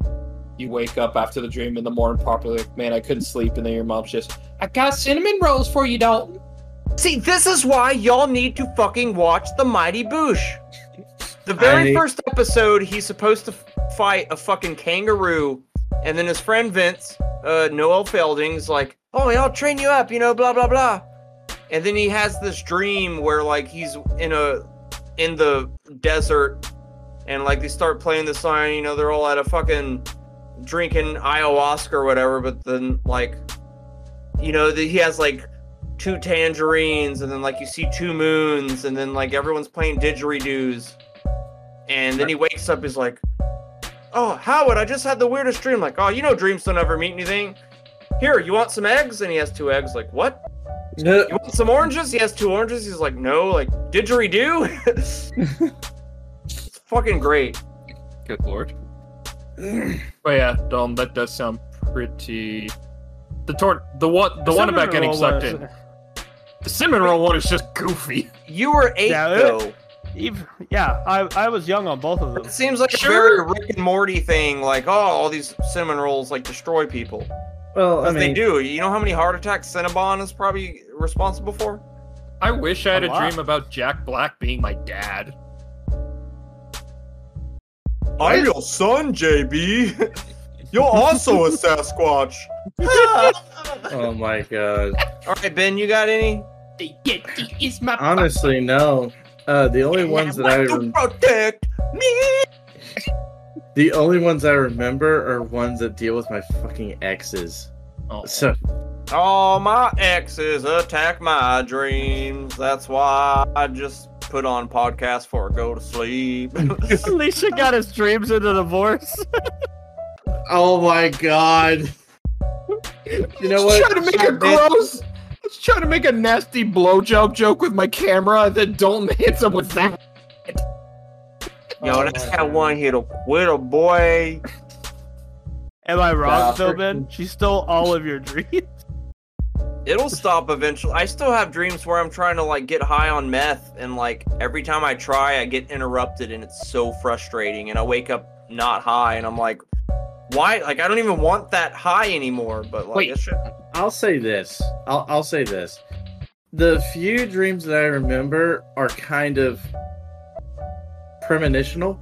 You wake up after the dream in the morning, properly like, man, I couldn't sleep, and then your mom's just, I got cinnamon rolls for you, Dalton. see, this is why y'all need to fucking watch the Mighty Boosh. The very need- first episode, he's supposed to f- fight a fucking kangaroo, and then his friend Vince, uh, Noel Felding's like, "Oh, I'll train you up," you know, blah blah blah. And then he has this dream where like he's in a in the desert, and like they start playing the song. You know, they're all at a fucking drinking ayahuasca or whatever. But then like, you know, the, he has like two tangerines, and then like you see two moons, and then like everyone's playing didgeridoos. And then he wakes up. He's like, "Oh, Howard, I just had the weirdest dream. Like, oh, you know, dreams don't ever mean anything. Here, you want some eggs?" And he has two eggs. Like, what? No, You want some oranges? He has two oranges. He's like, no, like didgeridoo. [laughs] it's fucking great. Good lord. But Oh, yeah, Dalton, that does sound pretty. The tor- the one, the one Cinnamon about getting roll sucked was- in. The cinnamon roll one is just goofy. You were eight Yeah, it- though. Even- yeah, I I was young on both of them. [laughs] It seems like a very Rick and Morty thing. Like, oh, all these cinnamon rolls like destroy people. well, I 'Cause mean, they do. You know how many heart attacks Cinnabon is probably responsible for? I wish I had A a, lot. dream about Jack Black being my dad. I'm your son, JB. [laughs] You're also a Sasquatch. Oh my god. All right, Ben, you got any? [laughs] Honestly, no. Uh, the only ones that I rem- protect me. the only ones I remember are ones that deal with my fucking exes. Oh. So All my exes attack my dreams. That's why I just put on podcasts before I go to sleep. [laughs] Alicia got his dreams into divorce. Oh my god. You know what? I was trying to make a gross. I was trying to make a nasty blowjob joke with my camera, and then Dalton [laughs] hits him with that. Yo, Oh, that's how one hit a little boy. [laughs] Am I Nah, wrong, though, for- Ben? She stole all of your dreams. It'll stop eventually. I still have dreams where I'm trying to like get high on meth, and like every time I try, I get interrupted, and it's so frustrating. And I wake up not high, and I'm like, why? Like I don't even want that high anymore. But like, Wait. it's just- I'll say this. I'll, I'll say this. The few dreams that I remember are kind of premonitional.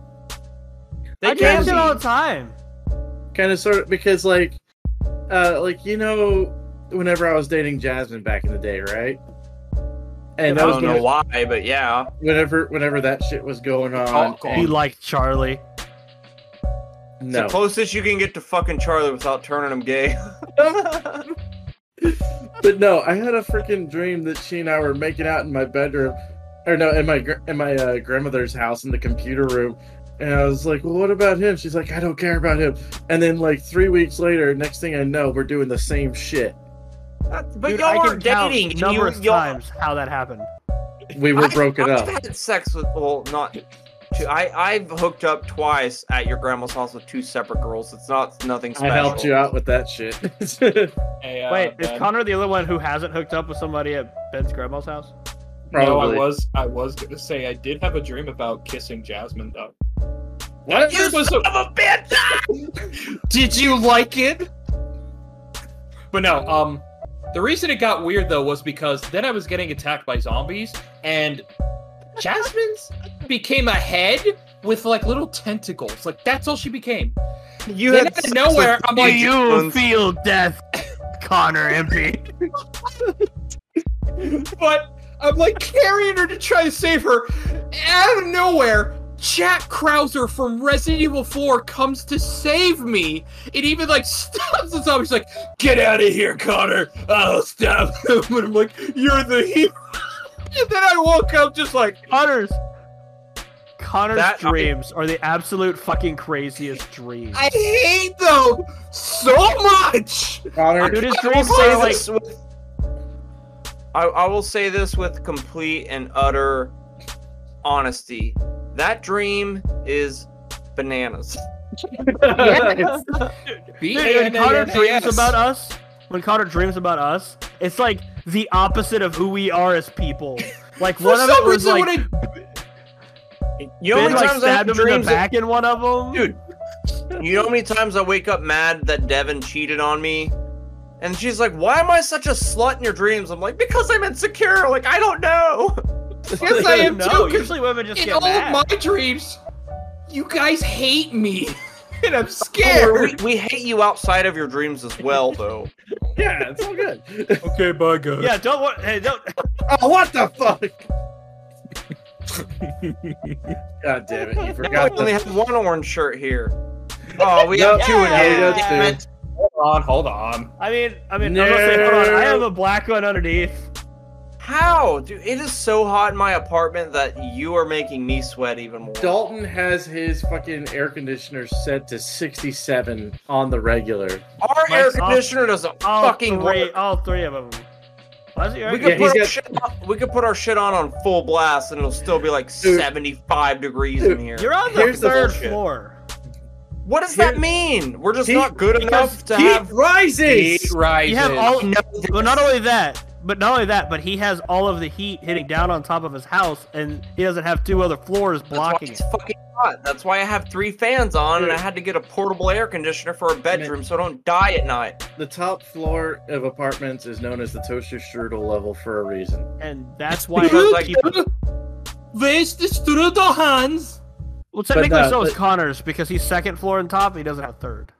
they I can dream shit be. all the time. Kind of sort of because like uh like you know whenever I was dating Jasmine back in the day, right? I And that was don't know whenever, why, but yeah. whenever whenever that shit was going on. Talk on. He and- liked Charlie. no. The closest you can get to fucking Charlie without turning him gay. but no, I had a freaking dream that she and I were making out in my bedroom, or no, in my gr- in my uh, grandmother's house in the computer room. And I was like, "Well, what about him?" She's like, "I don't care about him." And then, like three weeks later, next thing I know, we're doing the same shit. [laughs] That's- but Dude, I y'all can are count dating. and You, numerous y'all, times how that happened. We were I've- broken I've up. had sex with well, not. Two, I I've hooked up twice at your grandma's house with two separate girls. It's not nothing I special. helped you out with that shit. [laughs] Hey, uh, Wait, is Ben. Connor the only one who hasn't hooked up with somebody at Ben's grandma's house? No, I Probably. was. I was gonna say I did have a dream about kissing Jasmine though. what? It was a- I'm a bitch. [laughs] did you like it? But no. Um, the reason it got weird though was because then I was getting attacked by zombies, and Jasmine's became a head with like little tentacles. Like that's all she became. You Then had out of sex nowhere, with I'm like, two ones. feel death, Connor MP. but I'm like carrying her to try to save her. Out of nowhere, Jack Krauser from Resident Evil 4 comes to save me. It even like [laughs] stops the zombie. He's like, "Get out of here, Connor! I'll stop him." [laughs] And I'm like, "You're the hero." [laughs] and then I woke up just like, [laughs] Connor's Connor's That- dreams are the absolute fucking craziest dreams. I hate them so much. Connor, Dude, his I will dreams say are like this with. I, I will say this with complete and utter honesty. That dream is bananas. [laughs] Yes. Dude, when Connor dreams about us, when Connor dreams about us, it's like the opposite of who we are as people. Like For one of it some was reason, like when I You know how many ben, like times I have stabbed him in dreams the back in one of them. Dude. You know how many times I wake up mad that Devin cheated on me? And she's like, Why am I such a slut in your dreams? I'm like, Because I'm insecure. Like, I don't know. [laughs] Yes, [laughs] I am no, too, 'cause Usually women just in get all mad. of my dreams, you guys hate me, [laughs] and I'm Or scared. we, we hate you outside of your dreams as well, though. yeah, it's all good. [laughs] okay, bye, guys. Yeah, don't want. Hey, don't. Oh, what the fuck? God damn it! You [laughs] Now forgot. we only The... have one orange shirt here. Oh, we Nope, have two now we again. got Damn two. it. Hold on, hold on. I mean, I mean, I'm gonna say, hold on. I have a black one underneath. How? Dude, it is so hot in my apartment that you are making me sweat even more. Dalton has his fucking air conditioner set to 67 on the regular. Our My- air conditioner doesn't All fucking three, work. all three of them. Why is it We your- could, Yeah, put he's our got- shit on, we could put our shit on on full blast and it'll still be like Dude. 75 degrees Dude, in here. You're on the Here's the third bullshit. floor. What does Here- that mean? We're just Heat- not good enough to Heat have. rises. rises. You have all. Well, not only that, but not only that, but he has all of the heat hitting down on top of his house, and he doesn't have two other floors That's why blocking it. it's fucking hot. That's why I have three fans on and I had to get a portable air conditioner for a bedroom so I don't die at night. The top floor of apartments is known as the toaster strudel level for a reason. And [laughs] that's why. because, I like, keep it. Where's the strudel Hans? Well, technically, no, so is but- Connor's because he's second floor and top, and he doesn't have third.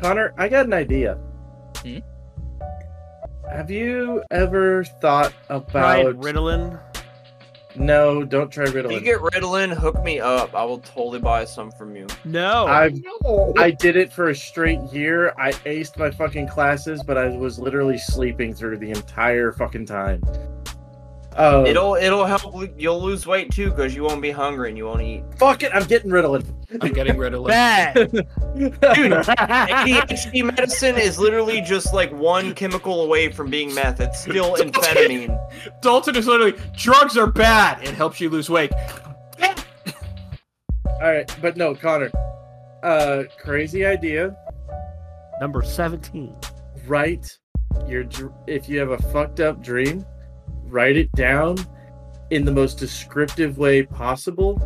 Connor, I got an idea. Hmm? Have you ever thought Right, about? Ritalin. no, don't try If you Ritalin. get Ritalin, hook me up. I will totally buy some from you. No. I've No. I did it for a straight year. I aced my fucking classes, but I was literally sleeping through the entire fucking time. Uh, Oh, It'll it'll help. lo- You'll lose weight too because you won't be hungry and you won't [laughs] eat. fuck it. I'm getting Ritalin. I'm getting rid of it. Bad. [laughs] Dude, ADHD medicine is literally just like one chemical away from being meth. It's [laughs] still amphetamine. Dalton is literally drugs are bad. It helps you lose weight. All right, but no, Connor. Uh, crazy idea. Number seventeen. Write your dr- if you have a fucked up dream, write it down in the most descriptive way possible.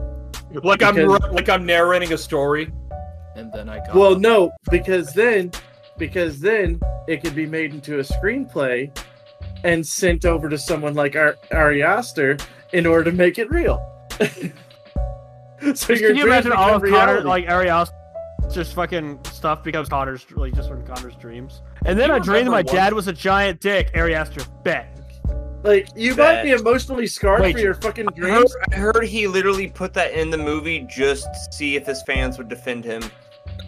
Like I'm Because- ra- like I'm narrating a story, and then I got Well, no, because then because then it could be made into a screenplay and sent over to someone like Ar- Ari Aster in order to make it real. [laughs] so your Can you dreams imagine all of become Connor, reality. like Ari Aster, just fucking stuff becomes Connor's, like just from Connor's dreams? And then You I dreamed that my remember one- dad was a giant dick. Ari Aster, bet. Like, you might be emotionally scarred Wait, for your fucking I heard, dreams? I heard he literally put that in the movie just to see if his fans would defend him.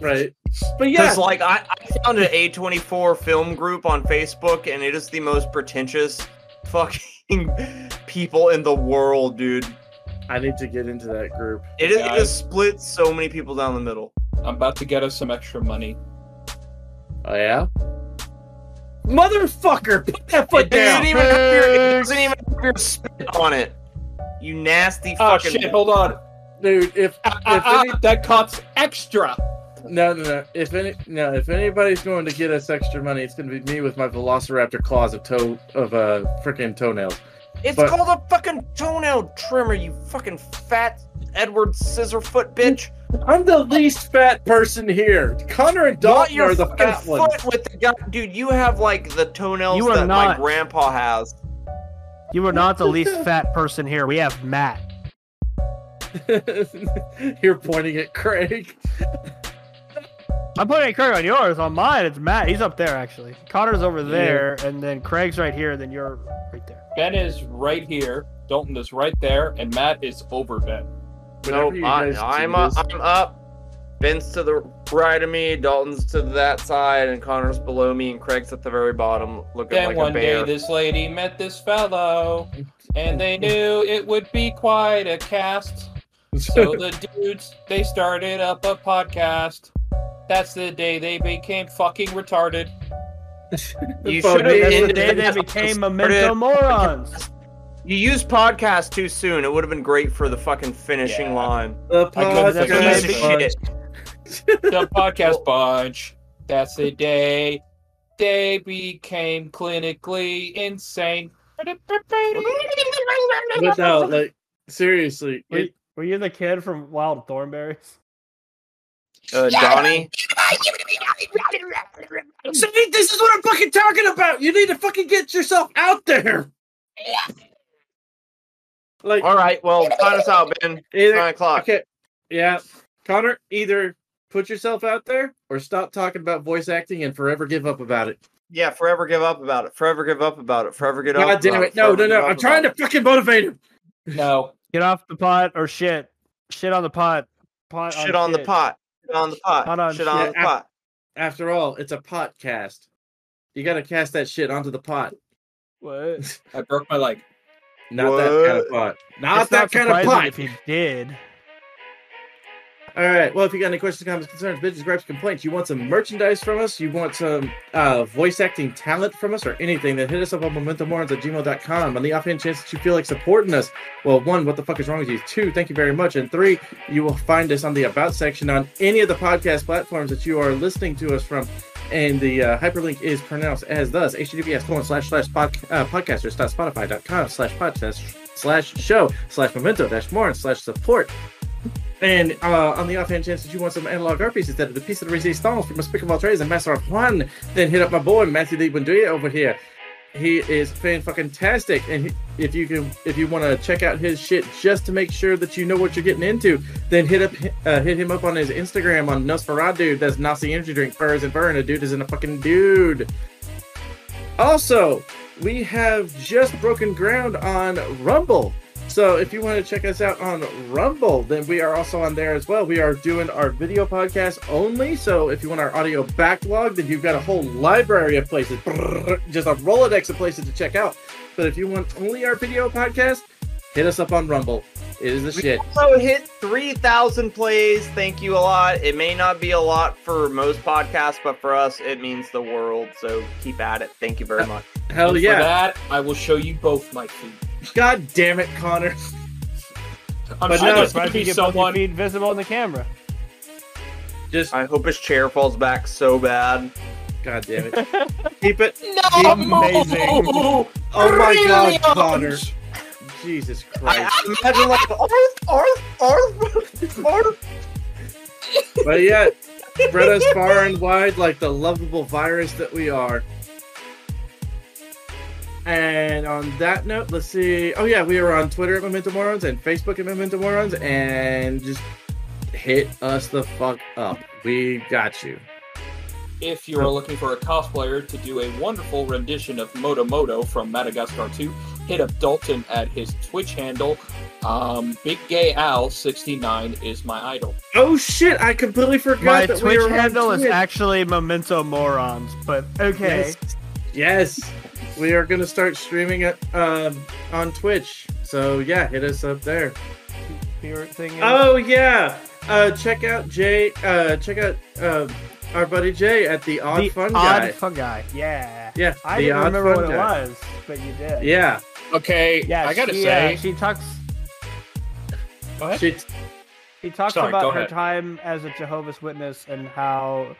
Right. But yeah, Because like I, I found an A24 film group on Facebook, and it is the most pretentious fucking [laughs] people in the world, dude. I need to get into that group. It is, it Guys. is split so many people down the middle. I'm about to get us some extra money. Oh yeah. Motherfucker, put that foot It doesn't down. even have your, it doesn't even have your spit on it. You nasty Oh fucking. shit! Hold on. Dude, if Uh, Ah, ah, ah, that costs extra. no no no if any no if anybody's going to get us extra money, it's gonna be me with my Velociraptor claws of toe of uh freaking toenails. It's But- called a fucking toenail trimmer, you fucking fat Edward Scissorfoot bitch. I'm the least fat person here. Connor and Not Dalton your are the fucking fat ones. foot with the gun. Dude, you have like the toenails You are that my not. grandpa has. You [laughs] are not the least fat person here. We have Matt. [laughs] You're pointing at Craig. I'm putting Craig on yours. On mine, it's Matt. He's up there actually. Connor's over there, and then Craig's right here. Then you're right there. Ben is right here. Dalton is right there, and Matt is over Ben. Whenever Nope, you I, guys do I'm, up, this- I'm up. Ben's to the right of me, Dalton's to that side, and Connor's below me, and Craig's at the very bottom, looking Then like one a bear. day this lady met this fellow, and they knew it would be quite a cast. [laughs] So the dudes they started up a podcast. That's the day they became fucking retarded. you Oh, dude, that's should have That's the ended day they that. became Started- memento morons. [laughs] You used podcast too soon. It would have been great for the fucking finishing Yeah. line. The I go to podcast. the Piece of That's good. shit. [laughs] The podcast bunch. That's the day they became clinically insane. But no, [laughs] like seriously, Were, it, were you the kid from Wild Thornberries? Uh, Donnie, See, this is what I'm fucking talking about. You need to fucking get yourself out there. [laughs] Like All right, well, time us out, Ben. It's nine either, o'clock. okay, yeah, Connor, either put yourself out there or stop talking about voice acting and forever give up about it. Yeah, forever give up about it. Forever give up about it. Forever get God up. damn about it! No, Forever no, give no! up I'm trying to about fucking motivate him. No. Get off the pot or shit. Shit on the pot. Pot it. shit on the pot. Shit on the Pot on pot. Shit on shit. the pot. After all, it's a podcast. You gotta cast that shit onto the pot. What? I broke my leg. Not that kind of pot. Not It's that kind of surprising pot. If you did, All right. Well, if you got any questions, comments, concerns, bitches, gripes, complaints, you want some merchandise from us, you want some uh, voice acting talent from us, or anything, then hit us up on momentumorons at gmail.com. On the offhand chance that you feel like supporting us, well, one, what the fuck is wrong with you? Two, thank you very much. And three, you will find us on the About section on any of the podcast platforms that you are listening to us from. And the uh, hyperlink is pronounced as thus https colon slash slash podca- uh, podcasters dot spotify dot com slash podcast slash show slash memento dash more slash support and uh, on the offhand chance that you want some analog art pieces that are the piece of the resistance from a pick of all trades and master of one, then hit up my boy Matthew Lee Bunduya over here. He is fan fucking tastic, and he- if you can, if you want to check out his shit just to make sure that you know what you're getting into, then hit up uh, hit him up on his Instagram on Nosferatu. That's Nazi energy drink, furs and fur, and a dude isn't a fucking dude. Also, we have just broken ground on Rumble. So if you want to check us out on Rumble, then we are also on there as well. We are doing our video podcast only. So if you want our audio backlog, then you've got a whole library of places, brrr, just a Rolodex of places to check out. But if you want only our video podcast, hit us up on Rumble. It is the We shit. also hit 3,000 plays. Thank you a lot. It may not be a lot for most podcasts, but for us, it means the world. So keep at it. Thank you very much. Hell And For yeah. that, I will show you both my feet. God damn it, Connor. I'm But sure no, there's try gonna to be get someone someone. feet visible in the camera. Just I hope his chair falls back so bad. God damn [laughs] it. Keep it. Amazing. Oh my god, Connor. Jesus Christ. I imagine like Arth, Arth, Arth, Arth. but yet, spread [laughs] us far and wide like the lovable virus that we are. And on that note, let's see. Oh yeah, we are on Twitter at Memento Morons and Facebook at Memento Morons, and just hit us the fuck up. We got you. If you are looking for a cosplayer to do a wonderful rendition of Moto Moto from Madagascar 2, hit up Dalton at his Twitch handle Um, Big Gay Al 69 is my idol. Oh shit! I completely forgot My that Twitch we were on handle is Twitch. actually Memento Morons, but okay. Yes. Yes. We are going to start streaming it um, on Twitch. So, yeah, hit us up there. Favorite thing is- Oh, yeah. Uh, check out Jay. Uh, check out uh, our buddy Jay at the Odd the Fun odd Guy. fungi. Yeah. yeah, I the didn't Odd remember Fun what it Guy. was, but you did. Yeah. Okay, Yeah, I gotta she, say, uh, she talks. what? Shit. She talks Sorry, go about her ahead. time as a Jehovah's Witness and how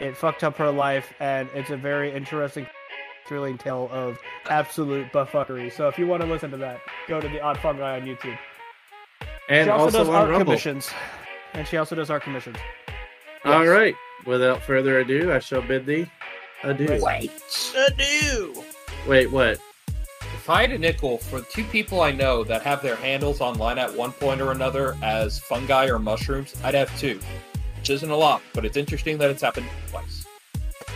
it fucked up her life, and it's a very interesting, thrilling tale of absolute buffuckery. So if you want to listen to that, go to the Odd Fungi on YouTube. And she also, also, does on art Rumble. commissions, and she also does art commissions. All right. Without further ado, I shall bid thee adieu. Wait. Adieu. Wait, what? If I had a nickel for two people I know that have their handles online at one point or another as fungi or mushrooms, I'd have two. Which isn't a lot, but it's interesting that it's happened twice.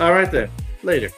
All right, then. Later.